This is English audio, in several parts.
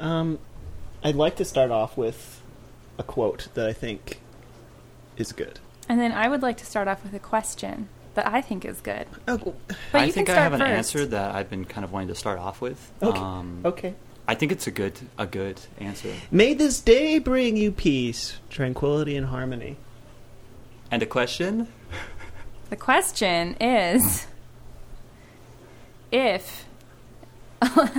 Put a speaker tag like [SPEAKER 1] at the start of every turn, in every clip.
[SPEAKER 1] Um, I'd like to start off with a quote that I think is good.
[SPEAKER 2] And then I would like to start off with a question that I think is good.
[SPEAKER 1] Oh,
[SPEAKER 2] But
[SPEAKER 3] I
[SPEAKER 2] you
[SPEAKER 3] think
[SPEAKER 2] can
[SPEAKER 3] I
[SPEAKER 2] start
[SPEAKER 3] have an
[SPEAKER 2] first.
[SPEAKER 3] answer that I've been kind of wanting to start off with.
[SPEAKER 1] okay.
[SPEAKER 3] Um,
[SPEAKER 1] okay.
[SPEAKER 3] I think it's a good a good answer
[SPEAKER 1] May this day bring you peace, tranquility, and harmony.
[SPEAKER 3] and a question.
[SPEAKER 2] The question is if a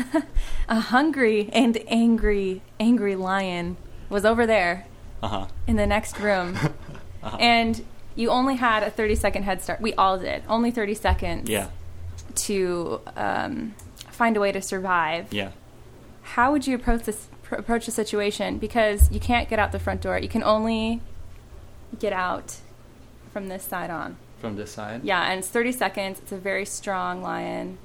[SPEAKER 2] hungry and angry, angry lion was over there
[SPEAKER 3] Uh huh.
[SPEAKER 2] in the next room
[SPEAKER 3] Uh-huh.
[SPEAKER 2] and you only had a 30 second head start, we all did, only 30 seconds
[SPEAKER 3] Yeah.
[SPEAKER 2] to um, find a way to survive,
[SPEAKER 3] Yeah.
[SPEAKER 2] how would you approach this? pr- Approach the situation because you can't get out the front door. You can only get out from this side on.
[SPEAKER 3] From this side.
[SPEAKER 2] Yeah, and it's 30 seconds. It's a very strong lion.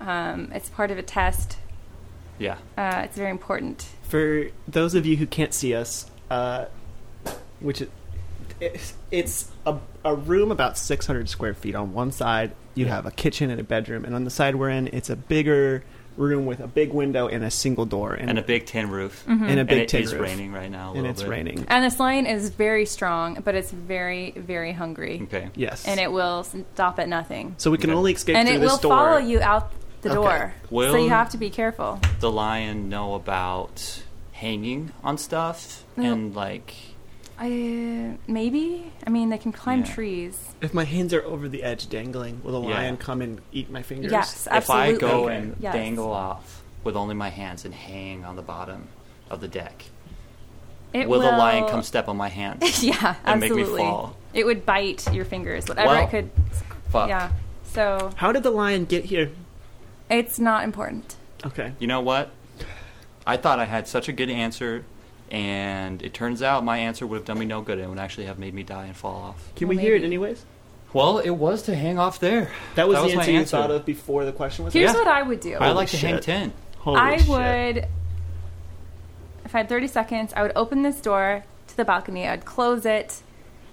[SPEAKER 2] Um, it's part of a test.
[SPEAKER 3] Yeah.
[SPEAKER 2] Uh, it's very important.
[SPEAKER 1] For those of you who can't see us, uh, which it, it's, it's a, a room about 600 square feet. On one side, you have a kitchen and a bedroom, and on the side we're in, it's a bigger room with a big window and a single door and,
[SPEAKER 3] And a big tin roof.
[SPEAKER 2] Mm-hmm.
[SPEAKER 1] and a
[SPEAKER 3] And
[SPEAKER 1] big
[SPEAKER 3] it
[SPEAKER 1] tin
[SPEAKER 3] is
[SPEAKER 1] roof.
[SPEAKER 3] raining right now. a
[SPEAKER 1] and
[SPEAKER 3] little
[SPEAKER 1] it's
[SPEAKER 3] bit.
[SPEAKER 1] raining.
[SPEAKER 2] And this lion is very strong, but it's very, very hungry.
[SPEAKER 3] Okay.
[SPEAKER 1] Yes.
[SPEAKER 2] And it will stop at nothing.
[SPEAKER 1] so we can
[SPEAKER 3] Okay.
[SPEAKER 1] only escape
[SPEAKER 2] and
[SPEAKER 1] through
[SPEAKER 2] it
[SPEAKER 1] this
[SPEAKER 2] will
[SPEAKER 1] door.
[SPEAKER 2] follow you out the
[SPEAKER 1] Okay.
[SPEAKER 2] door. so
[SPEAKER 3] Will-
[SPEAKER 2] you have to be careful.
[SPEAKER 3] The lion know about hanging on stuff
[SPEAKER 2] No.
[SPEAKER 3] and like
[SPEAKER 2] I, maybe? I mean, they can climb
[SPEAKER 3] Yeah.
[SPEAKER 2] trees.
[SPEAKER 1] If my hands are over the edge dangling, will a
[SPEAKER 3] Yeah.
[SPEAKER 1] lion come and eat my fingers?
[SPEAKER 2] Yes,
[SPEAKER 3] if I
[SPEAKER 2] absolutely.
[SPEAKER 3] go
[SPEAKER 1] Okay.
[SPEAKER 3] and
[SPEAKER 2] Yes.
[SPEAKER 3] dangle off with only my hands and hang on the bottom of the deck,
[SPEAKER 2] It
[SPEAKER 3] will, the lion
[SPEAKER 2] will-
[SPEAKER 3] come step on my hands?
[SPEAKER 2] yeah,
[SPEAKER 3] and make me
[SPEAKER 2] absolutely.
[SPEAKER 3] fall?
[SPEAKER 2] It would bite your fingers, whatever
[SPEAKER 3] Well,
[SPEAKER 2] it could.
[SPEAKER 3] Fuck.
[SPEAKER 2] Yeah. So
[SPEAKER 1] How did the lion get here?
[SPEAKER 2] it's not important.
[SPEAKER 1] Okay.
[SPEAKER 3] You know what? I thought I had such a good answer, and it turns out my answer would have done me no good and would actually have made me die and fall off.
[SPEAKER 1] Can
[SPEAKER 2] Well,
[SPEAKER 1] we hear it
[SPEAKER 2] maybe.
[SPEAKER 1] anyways?
[SPEAKER 3] Well, it was to hang off there.
[SPEAKER 1] That was, the
[SPEAKER 3] my
[SPEAKER 1] answer, you thought of before the question was
[SPEAKER 2] Here's
[SPEAKER 3] Yeah.
[SPEAKER 2] what I would do.
[SPEAKER 3] I like to hang
[SPEAKER 1] shit.
[SPEAKER 3] ten.
[SPEAKER 1] Holy
[SPEAKER 2] I
[SPEAKER 1] shit.
[SPEAKER 2] would, if I had 30 seconds, I would open this door to the balcony, I'd close it,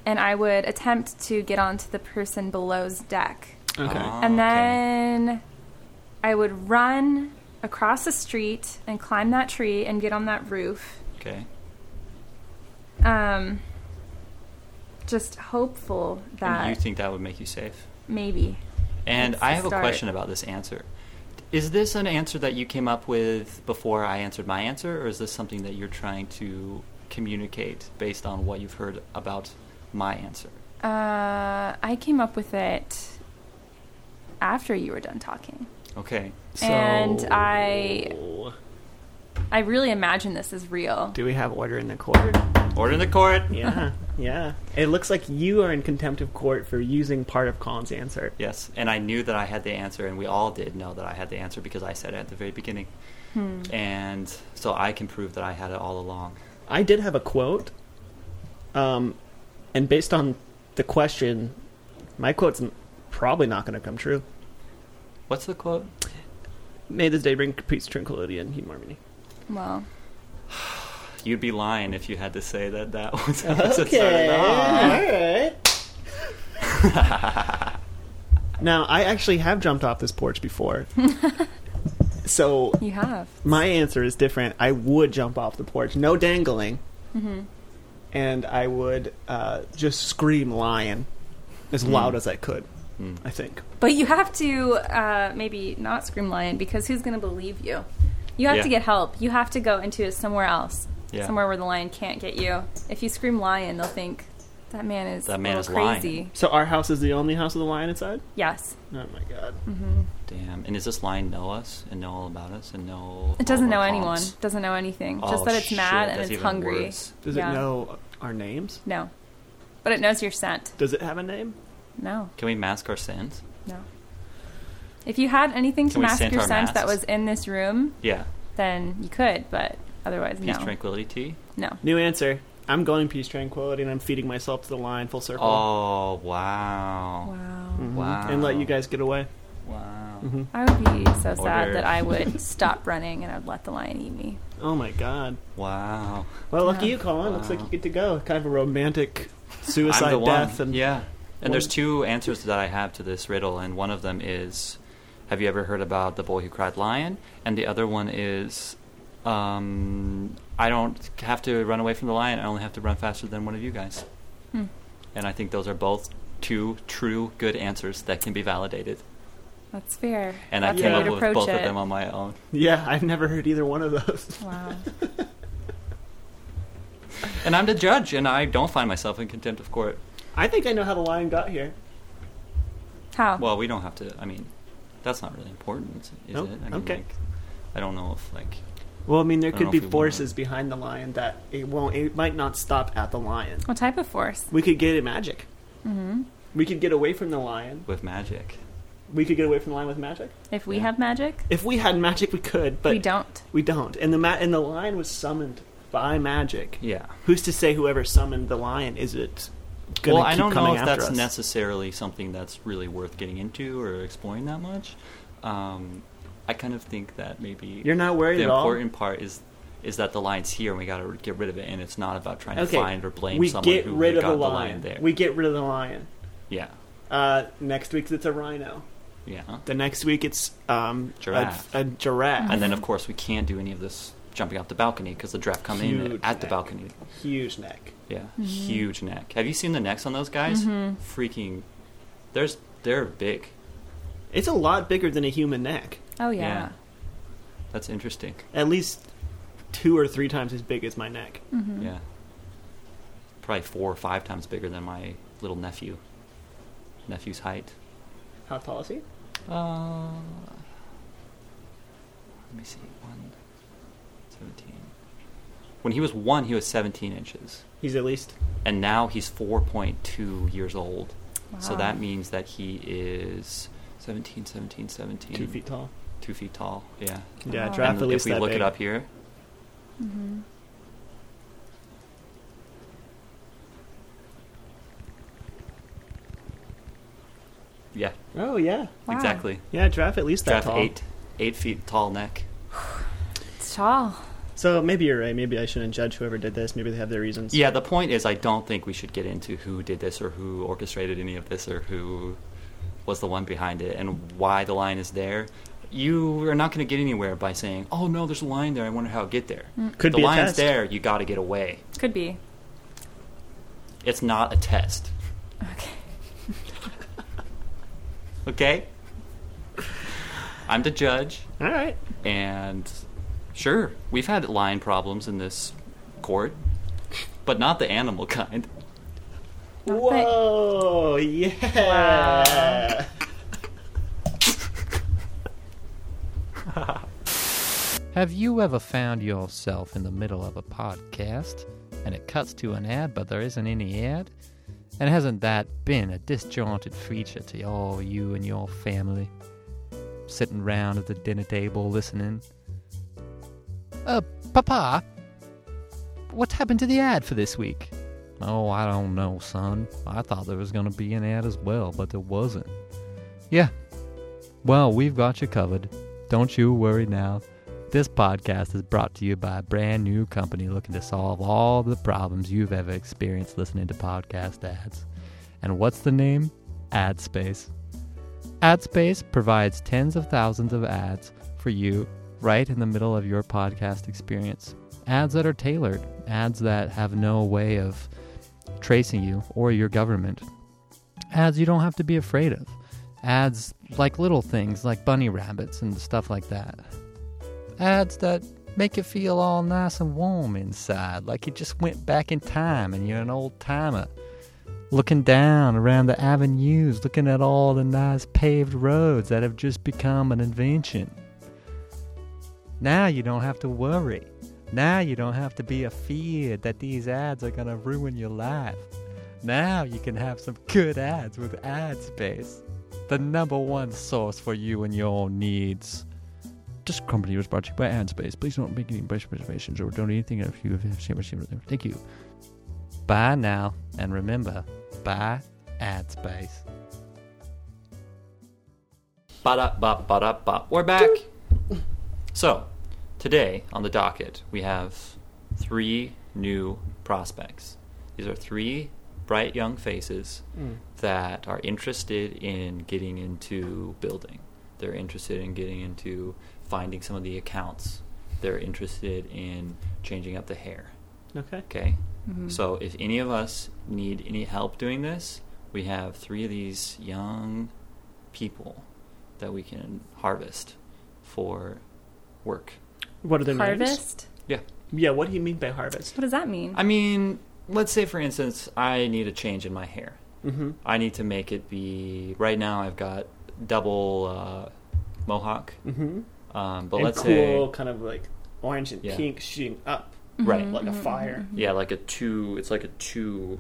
[SPEAKER 2] and I would attempt to get onto the person below's deck.
[SPEAKER 1] Okay.
[SPEAKER 3] Ah,
[SPEAKER 2] and
[SPEAKER 3] okay.
[SPEAKER 2] then I would run across the street and climb that tree and get on that roof.
[SPEAKER 3] Okay.
[SPEAKER 2] Um, just hopeful
[SPEAKER 3] And you
[SPEAKER 2] that
[SPEAKER 3] think that would make you safe?
[SPEAKER 2] maybe.
[SPEAKER 3] And
[SPEAKER 2] That's
[SPEAKER 3] I
[SPEAKER 2] the
[SPEAKER 3] have a
[SPEAKER 2] start.
[SPEAKER 3] question about this answer. Is this an answer that you came up with before I answered my answer, or is this something that you're trying to communicate based on what you've heard about my answer?
[SPEAKER 2] Uh, I came up with it after you were done talking.
[SPEAKER 3] Okay.
[SPEAKER 2] and
[SPEAKER 1] So-
[SPEAKER 2] I- I really imagine this is real.
[SPEAKER 1] Do we have order in the court?
[SPEAKER 3] Order in the court.
[SPEAKER 1] Yeah. yeah. It looks like you are in contempt of court for using part of Colin's answer.
[SPEAKER 3] Yes, and I knew that I had the answer, and we all did know that I had the answer because I said it at the very beginning.
[SPEAKER 2] Hmm. Mm-hmm.
[SPEAKER 3] And so I can prove that I had it all along.
[SPEAKER 1] I did have a quote. Um, and based on the question, my quote's n- probably not going to come true.
[SPEAKER 3] What's the quote?
[SPEAKER 1] May this day bring peace, tranquility, and harmony.
[SPEAKER 2] Well,
[SPEAKER 3] You'd be lying if you had to say that that was how it started off.
[SPEAKER 1] Okay. now, I actually have jumped off this porch before. so
[SPEAKER 2] you have.
[SPEAKER 1] my answer is different. I would jump off the porch, no dangling,
[SPEAKER 2] Mm-hmm.
[SPEAKER 1] and I would uh, just scream lion as loud as I could.
[SPEAKER 3] Hmm.
[SPEAKER 1] I think.
[SPEAKER 2] But you have to uh, maybe not scream lion because who's going to believe you? You have
[SPEAKER 3] Yeah.
[SPEAKER 2] to get help. You have to go into somewhere else,
[SPEAKER 3] Yeah.
[SPEAKER 2] somewhere where the lion can't get you. If you scream lion, they'll think that man is
[SPEAKER 3] That
[SPEAKER 2] a
[SPEAKER 3] man
[SPEAKER 2] little
[SPEAKER 3] is lying."
[SPEAKER 2] crazy.
[SPEAKER 1] So our house is the only house with a lion inside.
[SPEAKER 2] Yes,
[SPEAKER 1] Oh my god!
[SPEAKER 3] Mm-hmm. Damn. And does this lion know us and know all about us and know?
[SPEAKER 2] it doesn't
[SPEAKER 3] all
[SPEAKER 2] know
[SPEAKER 3] of our
[SPEAKER 2] anyone.
[SPEAKER 3] haunts?
[SPEAKER 2] Doesn't know anything.
[SPEAKER 3] Oh,
[SPEAKER 2] Just that it's
[SPEAKER 3] shit,
[SPEAKER 2] mad
[SPEAKER 3] that's
[SPEAKER 2] and it's
[SPEAKER 3] even
[SPEAKER 2] hungry.
[SPEAKER 3] worse.
[SPEAKER 1] Does
[SPEAKER 2] Yeah.
[SPEAKER 1] it know our names?
[SPEAKER 2] No, but it knows your scent.
[SPEAKER 1] Does it have a name?
[SPEAKER 2] No,
[SPEAKER 3] Can we mask our sins?
[SPEAKER 2] no. If you had anything to
[SPEAKER 3] Can we
[SPEAKER 2] mask
[SPEAKER 3] scent
[SPEAKER 2] your
[SPEAKER 3] our
[SPEAKER 2] scent that
[SPEAKER 3] masks?
[SPEAKER 2] was in this room,
[SPEAKER 3] Yeah.
[SPEAKER 2] then you could, but otherwise,
[SPEAKER 3] Peace,
[SPEAKER 2] no.
[SPEAKER 3] tranquility, tea.
[SPEAKER 2] No.
[SPEAKER 1] New answer. I'm going peace, tranquility, and I'm feeding myself to the lion full circle, Mm-hmm.
[SPEAKER 3] Oh wow.
[SPEAKER 2] Wow.
[SPEAKER 3] Wow.
[SPEAKER 1] and let you guys get away. Mm-hmm.
[SPEAKER 3] Wow.
[SPEAKER 2] I would be so
[SPEAKER 3] Order.
[SPEAKER 2] sad that I would stop running and I'd let the lion eat me.
[SPEAKER 1] Oh my god!
[SPEAKER 3] Wow.
[SPEAKER 1] Well, lucky
[SPEAKER 2] Yeah.
[SPEAKER 1] you, Colin. Looks like
[SPEAKER 3] Wow.
[SPEAKER 1] you get to go. Kind of a romantic suicide death, and
[SPEAKER 3] yeah. And there's
[SPEAKER 1] One-
[SPEAKER 3] two answers that I have to this riddle, and one of them is, "Have you ever heard about the boy who cried lion?" And the other one is, um, I don't have to run away from the lion. I only have to run faster than one of you guys.
[SPEAKER 2] Hmm.
[SPEAKER 3] And I think those are both two true good answers that can be validated.
[SPEAKER 2] That's fair.
[SPEAKER 3] And
[SPEAKER 2] That's
[SPEAKER 3] I came
[SPEAKER 2] how
[SPEAKER 3] up
[SPEAKER 2] you'd
[SPEAKER 3] with
[SPEAKER 2] approach
[SPEAKER 3] both
[SPEAKER 2] it.
[SPEAKER 3] of them on my own.
[SPEAKER 1] Yeah, I've never heard either one of those.
[SPEAKER 2] Wow.
[SPEAKER 3] And I'm the judge, and I don't find myself in contempt of court.
[SPEAKER 1] I think I know how the lion got here.
[SPEAKER 2] How?
[SPEAKER 3] Well, we don't have to. I mean, that's not really important, is
[SPEAKER 1] Nope.
[SPEAKER 3] it? I mean,
[SPEAKER 1] Okay.
[SPEAKER 3] Like, I don't know if like
[SPEAKER 1] Well, I mean, there
[SPEAKER 3] I don't
[SPEAKER 1] could
[SPEAKER 3] know
[SPEAKER 1] be
[SPEAKER 3] if we wanna-
[SPEAKER 1] forces behind the lion that it won't. It might not stop at the lion.
[SPEAKER 2] what type of force?
[SPEAKER 1] We could get it magic.
[SPEAKER 2] hmm
[SPEAKER 1] We could get away from the lion.
[SPEAKER 3] with magic.
[SPEAKER 1] We could get away from the lion with magic.
[SPEAKER 2] If we
[SPEAKER 3] Yeah.
[SPEAKER 2] have magic,
[SPEAKER 1] If we had magic, we could, but
[SPEAKER 2] we don't.
[SPEAKER 1] We don't. And the ma- and the lion was summoned by magic.
[SPEAKER 3] Yeah.
[SPEAKER 1] Who's to say whoever summoned the lion is it? Gonna
[SPEAKER 3] well, I
[SPEAKER 1] keep
[SPEAKER 3] don't know
[SPEAKER 1] coming
[SPEAKER 3] if
[SPEAKER 1] after
[SPEAKER 3] that's
[SPEAKER 1] us?
[SPEAKER 3] necessarily something that's really worth getting into or exploring that much. Um, I kind of think that maybe
[SPEAKER 1] You're not worried
[SPEAKER 3] the
[SPEAKER 1] at all?
[SPEAKER 3] important part is is that the lion's here and we got to get rid of it, and it's not about trying to
[SPEAKER 1] Okay,
[SPEAKER 3] find or blame
[SPEAKER 1] we
[SPEAKER 3] someone
[SPEAKER 1] get
[SPEAKER 3] who
[SPEAKER 1] rid of
[SPEAKER 3] got
[SPEAKER 1] the
[SPEAKER 3] the
[SPEAKER 1] lion.
[SPEAKER 3] there.
[SPEAKER 1] We get rid of the lion.
[SPEAKER 3] yeah,
[SPEAKER 1] Uh, next week it's a rhino.
[SPEAKER 3] yeah,
[SPEAKER 1] The next week it's um, a-
[SPEAKER 3] Giraffe.
[SPEAKER 1] A, giraffe.
[SPEAKER 3] and then of course we can't do any of this jumping off the balcony because the draft come in
[SPEAKER 1] Huge
[SPEAKER 3] at the
[SPEAKER 1] neck.
[SPEAKER 3] balcony.
[SPEAKER 1] Huge neck.
[SPEAKER 3] Yeah, huge neck. Have you seen the necks on those guys?
[SPEAKER 1] Mm-hmm.
[SPEAKER 2] Mm-hmm.
[SPEAKER 3] Freaking, there's they're big.
[SPEAKER 1] It's a lot bigger than a human neck.
[SPEAKER 2] Oh yeah.
[SPEAKER 3] That's interesting.
[SPEAKER 1] At least two or three times as big as my neck.
[SPEAKER 2] Mm-hmm.
[SPEAKER 3] Yeah. Probably four or five times bigger than my little nephew. Nephew's height.
[SPEAKER 1] How tall is he?
[SPEAKER 3] Uh, let me see. One, 17. When he was one, he was 17 inches.
[SPEAKER 1] He's at least.
[SPEAKER 3] And now he's 4.2 years old. So
[SPEAKER 2] Wow.
[SPEAKER 3] that means that he is 17, 17, 17.
[SPEAKER 1] Two feet tall.
[SPEAKER 3] Two feet tall. Yeah.
[SPEAKER 1] Yeah,
[SPEAKER 2] Wow.
[SPEAKER 1] giraffe
[SPEAKER 3] and
[SPEAKER 1] at
[SPEAKER 3] if
[SPEAKER 1] least
[SPEAKER 3] we
[SPEAKER 1] that
[SPEAKER 3] look
[SPEAKER 1] big.
[SPEAKER 3] it up here,
[SPEAKER 2] hmm
[SPEAKER 3] yeah,
[SPEAKER 1] Oh yeah,
[SPEAKER 2] Wow.
[SPEAKER 3] exactly.
[SPEAKER 1] yeah, giraffe at least that
[SPEAKER 3] Draft
[SPEAKER 1] tall.
[SPEAKER 3] eight, eight feet tall neck.
[SPEAKER 2] It's tall.
[SPEAKER 1] So maybe you're right. Maybe I shouldn't judge whoever did this. Maybe they have their reasons.
[SPEAKER 3] Yeah, the point is, I don't think we should get into who did this or who orchestrated any of this or who was the one behind it and why the line is there. You are not going to get anywhere by saying, "Oh no, there's a line there. I wonder how it get there."
[SPEAKER 1] Could
[SPEAKER 3] the
[SPEAKER 1] be a
[SPEAKER 3] line's
[SPEAKER 1] test.
[SPEAKER 3] there. You got to get away.
[SPEAKER 2] Could be.
[SPEAKER 3] It's not a test.
[SPEAKER 2] Okay.
[SPEAKER 3] Okay. I'm the judge,
[SPEAKER 1] All right.
[SPEAKER 3] and sure, we've had line problems in this court, but not the animal kind.
[SPEAKER 2] Not
[SPEAKER 1] Whoa! Yeah.
[SPEAKER 4] Have you ever found yourself in the middle of a podcast and it cuts to an ad but there isn't any ad? And hasn't that been a disjointed feature to all you and your family? Sitting round at the dinner table listening. Uh, Papa, what happened to the ad for this week? Oh, I don't know, son. I thought there was going to be an ad as well, but there wasn't. Yeah. Well, we've got you covered. Don't you worry now. This podcast is brought to you by a brand new company looking to solve all the problems you've ever experienced listening to podcast ads. And what's the name? AdSpace. AdSpace provides tens of thousands of ads for you right in the middle of your podcast experience. Ads that are tailored, ads that have no way of tracing you or your government, ads you don't have to be afraid of, ads like little things like bunny rabbits and stuff like that ads that make you feel all nice and warm inside, like you just went back in time and you're an old timer. Looking down around the avenues, looking at all the nice paved roads that have just become an invention. Now you don't have to worry. Now you don't have to be afeared that these ads are going to ruin your life. Now you can have some good ads with AdSpace, the number one source for you and your needs. This company was brought to you by AdSpace. Please don't make any price reservations or donate anything if you have seen Thank you. Buy now and remember, buy AdSpace.
[SPEAKER 3] Ba da ba ba da ba. We're back. So, today on the docket, we have three new prospects. These are three bright young faces that are interested in getting into building. They're interested in getting into finding some of the accounts they're interested in changing up the hair.
[SPEAKER 1] Okay.
[SPEAKER 3] Okay?
[SPEAKER 1] Hmm.
[SPEAKER 2] Mhm.
[SPEAKER 3] So if any of us need any help doing this, we have three of these young people that we can harvest for work.
[SPEAKER 1] What are their names?
[SPEAKER 2] harvest.
[SPEAKER 3] Yeah.
[SPEAKER 1] Yeah. What do you mean by harvest?
[SPEAKER 2] What does that mean?
[SPEAKER 3] I
[SPEAKER 1] Mm-hmm.
[SPEAKER 3] mean, let's say for instance, I need a change in my hair.
[SPEAKER 1] Mm-hmm.
[SPEAKER 3] I need to make it be right now. I've got double uh, mohawk,
[SPEAKER 1] Mm-hmm.
[SPEAKER 3] um, but
[SPEAKER 1] and
[SPEAKER 3] let's
[SPEAKER 1] cool,
[SPEAKER 3] say
[SPEAKER 1] kind of like orange and
[SPEAKER 3] Yeah.
[SPEAKER 1] pink shooting up
[SPEAKER 2] Mm-hmm.
[SPEAKER 3] right,
[SPEAKER 1] like a fire.
[SPEAKER 3] yeah, like a two. It's like a two,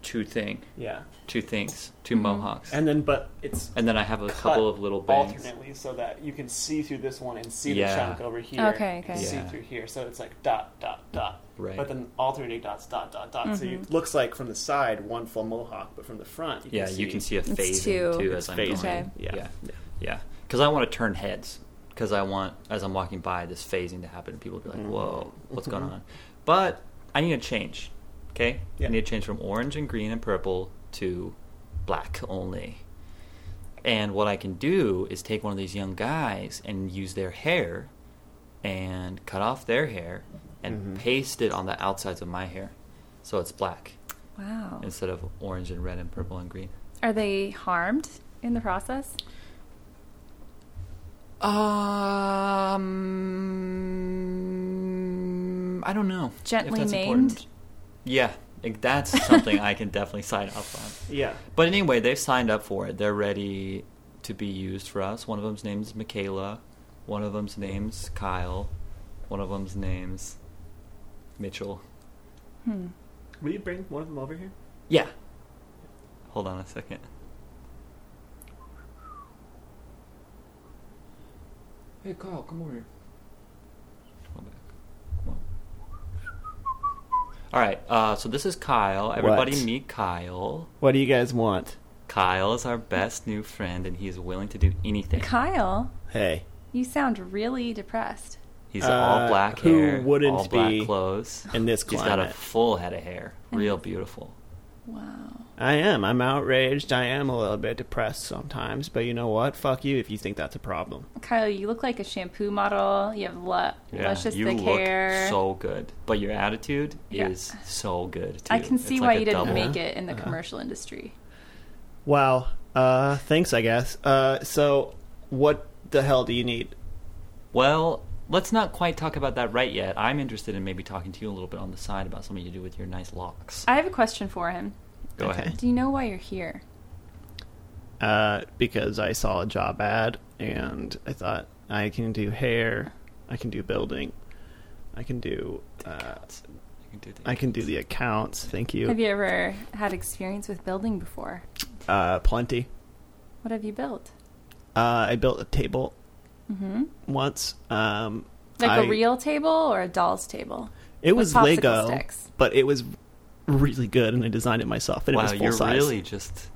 [SPEAKER 3] two thing,
[SPEAKER 1] Mm-hmm. Yeah.
[SPEAKER 3] two things, 2
[SPEAKER 1] Mm-hmm.
[SPEAKER 2] Mhm.
[SPEAKER 3] mohawks, and,
[SPEAKER 1] And then, but it's
[SPEAKER 3] then I have a
[SPEAKER 1] cut
[SPEAKER 3] couple of little bangs.
[SPEAKER 1] alternately so that you can see through this one and see
[SPEAKER 3] Yeah.
[SPEAKER 1] the chunk over here.
[SPEAKER 2] Okay, okay.
[SPEAKER 1] and See
[SPEAKER 3] Yeah.
[SPEAKER 1] through here. So it's like dot, dot, dot.
[SPEAKER 3] Right.
[SPEAKER 1] But then alternating dots, dot, dot, dot. So you- it looks like from the side one full mohawk, but from the front, you
[SPEAKER 3] Yeah,
[SPEAKER 1] can see,
[SPEAKER 3] you can see a
[SPEAKER 2] It's
[SPEAKER 3] phase
[SPEAKER 2] two.
[SPEAKER 3] too
[SPEAKER 1] it's
[SPEAKER 3] as I'm
[SPEAKER 1] phasing.
[SPEAKER 3] going.
[SPEAKER 2] Okay.
[SPEAKER 1] Yeah.
[SPEAKER 3] Yeah, yeah, because I want to turn heads because I want as I'm walking by this phasing to happen. People be like,
[SPEAKER 1] Mm-hmm.
[SPEAKER 3] "Whoa, what's going on?" But I need a change. Okay,
[SPEAKER 1] Yeah.
[SPEAKER 3] I need to change from orange and green and purple to black only. And what I can do is take one of these young guys and use their hair and cut off their hair and
[SPEAKER 1] Mm-hmm.
[SPEAKER 3] paste it on the outsides of my hair so it's black
[SPEAKER 2] Wow.
[SPEAKER 3] instead of orange and red and purple and green.
[SPEAKER 2] Are they harmed in the process?
[SPEAKER 3] Um, I don't know. if
[SPEAKER 2] Gently
[SPEAKER 3] that's
[SPEAKER 2] maimed?
[SPEAKER 3] important. Yeah, like, that's something I can definitely sign up on.
[SPEAKER 1] Yeah.
[SPEAKER 3] But anyway, they've signed up for it. They're ready to be used for us. One of them's name's Michaela. One of them's name's Kyle. One of them's name's Mitchell.
[SPEAKER 2] Hmm.
[SPEAKER 1] Will you bring one of them over here?
[SPEAKER 3] Yeah. Hold on a second. Hey, Kyle, come over here. Come on back. Come on. All right. Uh, so this is Kyle. Everybody
[SPEAKER 1] What?
[SPEAKER 3] meet Kyle.
[SPEAKER 1] What do you guys want?
[SPEAKER 3] Kyle is our best new friend, and he is willing to do anything.
[SPEAKER 2] Kyle,
[SPEAKER 1] Hey.
[SPEAKER 2] you sound really depressed.
[SPEAKER 3] He's
[SPEAKER 1] Uh,
[SPEAKER 3] all black
[SPEAKER 1] who
[SPEAKER 3] hair,
[SPEAKER 1] wouldn't
[SPEAKER 3] all black
[SPEAKER 1] be
[SPEAKER 3] clothes.
[SPEAKER 1] in this
[SPEAKER 3] He's got a
[SPEAKER 1] climate?
[SPEAKER 3] full head of hair, real beautiful.
[SPEAKER 2] Wow.
[SPEAKER 1] I am. I'm outraged. I am a little bit depressed sometimes, but you know what? Fuck you if you think that's a problem.
[SPEAKER 2] Kyle, you look like a shampoo model. You have lu- luscious
[SPEAKER 3] you
[SPEAKER 2] thick
[SPEAKER 3] look
[SPEAKER 2] hair.
[SPEAKER 3] so good, but your attitude
[SPEAKER 2] Yeah.
[SPEAKER 3] is so good. Too.
[SPEAKER 2] I can
[SPEAKER 3] It's
[SPEAKER 2] see
[SPEAKER 3] like
[SPEAKER 2] why
[SPEAKER 3] a
[SPEAKER 2] you didn't
[SPEAKER 3] double.
[SPEAKER 2] make it in
[SPEAKER 1] Uh-huh.
[SPEAKER 2] the commercial industry.
[SPEAKER 1] Wow. Uh, thanks, I guess. Uh, so, what the hell do you need?
[SPEAKER 3] Well, let's not quite talk about that right yet. I'm interested in maybe talking to you a little bit on the side about something to do with your nice locks.
[SPEAKER 2] I have a question for him.
[SPEAKER 3] Go
[SPEAKER 1] Okay.
[SPEAKER 3] ahead.
[SPEAKER 2] Do you know why you're here?
[SPEAKER 1] Uh, because I saw a job ad and I thought I can do hair, I can do building, I can do, uh,
[SPEAKER 3] You can do that.
[SPEAKER 1] I can do the accounts. Thank you.
[SPEAKER 2] Have you ever had experience with building before?
[SPEAKER 1] Uh, plenty.
[SPEAKER 2] What have you built?
[SPEAKER 1] Uh, I built a table
[SPEAKER 2] Mm-hmm.
[SPEAKER 1] once. Um,
[SPEAKER 2] Like
[SPEAKER 1] a
[SPEAKER 2] a real table or a doll's table?
[SPEAKER 1] It
[SPEAKER 2] with
[SPEAKER 1] was
[SPEAKER 2] popsicle
[SPEAKER 1] Lego,
[SPEAKER 2] sticks.
[SPEAKER 1] but it was really good, and I designed it myself, and it
[SPEAKER 3] wow,
[SPEAKER 1] was full
[SPEAKER 3] you're
[SPEAKER 1] size.
[SPEAKER 3] really just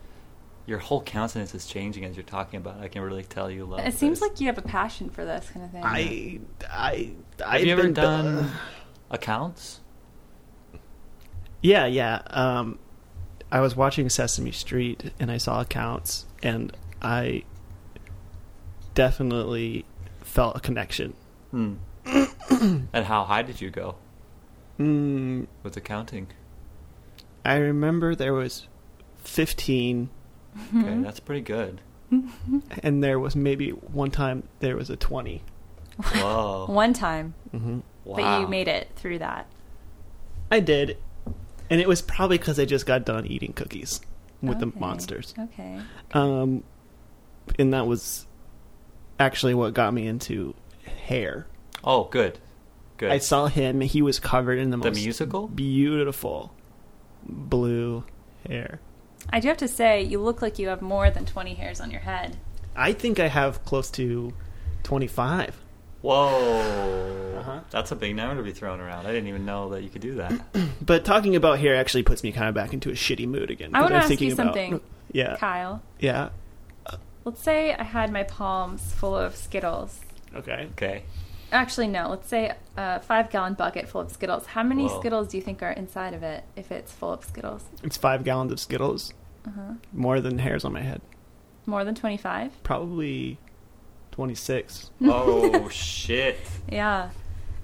[SPEAKER 3] your whole countenance is changing as you're talking about. it. I can really tell you love.
[SPEAKER 2] It seems
[SPEAKER 3] this.
[SPEAKER 2] like you have a passion for this kind of thing.
[SPEAKER 1] I, I, I.
[SPEAKER 3] have you ever done accounts?
[SPEAKER 1] Yeah, yeah. Um, I was watching Sesame Street and I saw accounts, and I definitely felt a connection.
[SPEAKER 3] Hmm. and how high did you go
[SPEAKER 1] Mm,
[SPEAKER 3] with accounting?
[SPEAKER 1] I remember there was fifteen,
[SPEAKER 2] Hmm?
[SPEAKER 3] Okay, that's pretty good.
[SPEAKER 1] and there was maybe one time there was a twenty.
[SPEAKER 3] Whoa!
[SPEAKER 2] One time,
[SPEAKER 1] Mm-hmm.
[SPEAKER 3] wow.
[SPEAKER 2] but you made it through that.
[SPEAKER 1] I did, and it was probably because I just got done eating cookies with the
[SPEAKER 2] Okay.
[SPEAKER 1] monsters.
[SPEAKER 2] Okay.
[SPEAKER 1] Um, and that was actually what got me into hair.
[SPEAKER 3] Oh, good, good.
[SPEAKER 1] I saw him. He was covered in the,
[SPEAKER 3] the
[SPEAKER 1] most
[SPEAKER 3] musical.
[SPEAKER 1] beautiful blue hair.
[SPEAKER 2] I do have to say, you look like you have more than 20 hairs on your head.
[SPEAKER 1] I think I have close to 25.
[SPEAKER 3] Whoa,
[SPEAKER 1] Uh-huh.
[SPEAKER 3] that's a big number to be thrown around. I didn't even know that you could do that.
[SPEAKER 1] But talking about hair actually puts me kind of back into a shitty mood again.
[SPEAKER 2] I
[SPEAKER 1] 'cause
[SPEAKER 2] wanna
[SPEAKER 1] I'm
[SPEAKER 2] ask
[SPEAKER 1] thinking
[SPEAKER 2] you
[SPEAKER 1] about-
[SPEAKER 2] something.
[SPEAKER 1] yeah.
[SPEAKER 2] Kyle,
[SPEAKER 1] Yeah.
[SPEAKER 2] let's say I had my palms full of Skittles.
[SPEAKER 1] Okay.
[SPEAKER 3] okay,
[SPEAKER 2] Actually, no, let's say a five gallon bucket full of Skittles. How many
[SPEAKER 3] Whoa.
[SPEAKER 2] Skittles do you think are inside of it if it's full of Skittles?
[SPEAKER 1] It's five gallons of Skittles.
[SPEAKER 2] Uh-huh.
[SPEAKER 1] More than hairs on my head.
[SPEAKER 2] More than 25?
[SPEAKER 1] Probably 26.
[SPEAKER 3] Oh shit!
[SPEAKER 2] Yeah.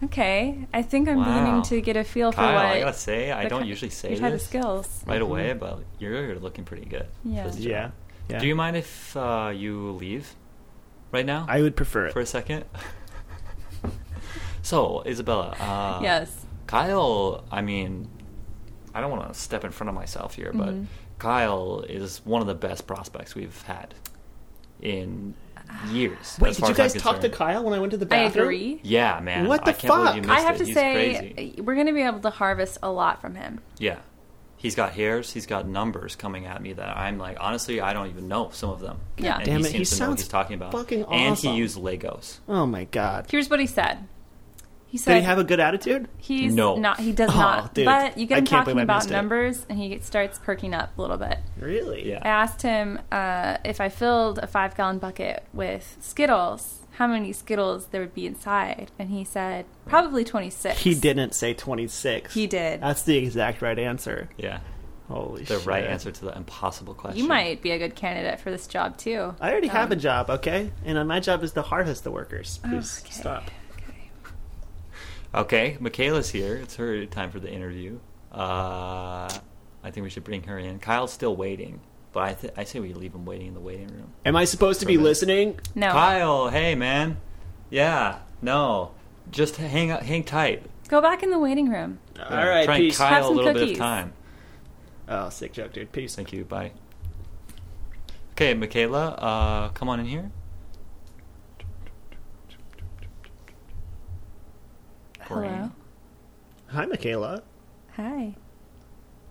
[SPEAKER 2] Okay. I think I'm
[SPEAKER 3] Wow.
[SPEAKER 2] beginning to get a feel for
[SPEAKER 3] Kyle,
[SPEAKER 2] what.
[SPEAKER 3] I gotta say, I
[SPEAKER 2] the
[SPEAKER 3] don't
[SPEAKER 2] ki-
[SPEAKER 3] usually say
[SPEAKER 2] your kind of
[SPEAKER 3] this.
[SPEAKER 2] skills.
[SPEAKER 3] right away, but you're looking pretty good. for
[SPEAKER 2] Yeah.
[SPEAKER 3] this job.
[SPEAKER 1] Mm-hmm. Yeah. yeah.
[SPEAKER 3] Do you mind if uh, you leave right now
[SPEAKER 1] I would prefer it.
[SPEAKER 3] for a second? so, Isabella. Uh,
[SPEAKER 2] yes.
[SPEAKER 3] Kyle, I mean, I don't want to step in front of myself here, but
[SPEAKER 1] Mm-hmm.
[SPEAKER 2] Mhm.
[SPEAKER 3] Kyle is one of the best prospects we've had in years.
[SPEAKER 1] Wait,
[SPEAKER 3] as
[SPEAKER 1] did
[SPEAKER 3] far
[SPEAKER 1] you
[SPEAKER 3] as I'm
[SPEAKER 1] guys talk to
[SPEAKER 3] concerned.
[SPEAKER 1] Kyle when I went to the
[SPEAKER 2] I
[SPEAKER 1] bathroom?
[SPEAKER 2] agree.
[SPEAKER 3] Yeah, man.
[SPEAKER 1] What
[SPEAKER 3] I
[SPEAKER 1] the
[SPEAKER 3] can't believe you
[SPEAKER 1] fuck?
[SPEAKER 3] missed
[SPEAKER 2] I have
[SPEAKER 3] it.
[SPEAKER 2] to
[SPEAKER 3] He's
[SPEAKER 2] say,
[SPEAKER 3] crazy.
[SPEAKER 2] we're going to be able to harvest a lot from him.
[SPEAKER 3] Yeah. He's got hairs, he's got numbers coming at me that I'm like, honestly, I don't even know some of them.
[SPEAKER 2] Yeah.
[SPEAKER 3] And
[SPEAKER 1] Damn
[SPEAKER 3] he
[SPEAKER 1] it, he
[SPEAKER 3] seems to know what
[SPEAKER 1] sounds
[SPEAKER 3] he's talking about.
[SPEAKER 1] fucking
[SPEAKER 3] And he
[SPEAKER 1] awesome.
[SPEAKER 3] used Legos.
[SPEAKER 1] Oh my god.
[SPEAKER 2] Here's what he said. He said
[SPEAKER 1] Did he have a good attitude?
[SPEAKER 2] he's
[SPEAKER 3] No.
[SPEAKER 2] not. He does
[SPEAKER 1] Oh,
[SPEAKER 2] not.
[SPEAKER 1] dude.
[SPEAKER 2] but you get
[SPEAKER 1] I
[SPEAKER 2] him
[SPEAKER 1] can't
[SPEAKER 2] talking
[SPEAKER 1] believe I
[SPEAKER 2] about
[SPEAKER 1] missed it.
[SPEAKER 2] numbers, and he starts perking up a little bit.
[SPEAKER 1] Really?
[SPEAKER 3] Yeah.
[SPEAKER 2] I asked him uh, if I filled a five gallon bucket with Skittles, how many Skittles there would be inside, and he said probably twenty six.
[SPEAKER 1] He didn't say 26.
[SPEAKER 2] He did.
[SPEAKER 1] That's the exact right answer.
[SPEAKER 3] Yeah.
[SPEAKER 1] Holy
[SPEAKER 3] The
[SPEAKER 1] shit.
[SPEAKER 3] right answer to the impossible question.
[SPEAKER 2] You might be a good candidate for this job too.
[SPEAKER 1] I already
[SPEAKER 2] Um,
[SPEAKER 1] have a job, okay? And uh, my job is to harvest the workers.
[SPEAKER 2] oh,
[SPEAKER 1] Please
[SPEAKER 2] okay,
[SPEAKER 1] stop.
[SPEAKER 2] okay.
[SPEAKER 3] Okay, Michaela's here. It's her time for the interview. Uh, I think we should bring her in. Kyle's still waiting, but I, th- I say we leave him waiting in the waiting room.
[SPEAKER 1] Am I supposed to be
[SPEAKER 3] Perfect.
[SPEAKER 1] listening?
[SPEAKER 2] No,
[SPEAKER 3] Kyle, hey man, yeah, no, just hang out, hang tight.
[SPEAKER 2] go back in the waiting room.
[SPEAKER 1] All right,
[SPEAKER 3] try
[SPEAKER 1] peace.
[SPEAKER 3] and
[SPEAKER 2] Have
[SPEAKER 3] Kyle a
[SPEAKER 2] some
[SPEAKER 3] little bit of
[SPEAKER 2] cookies.
[SPEAKER 3] time.
[SPEAKER 1] Oh, sick joke, dude. Peace.
[SPEAKER 3] Thank you. Bye. Okay, Michaela, uh, come on in here.
[SPEAKER 2] Hello.
[SPEAKER 1] Hi, Michaela.
[SPEAKER 2] Hi.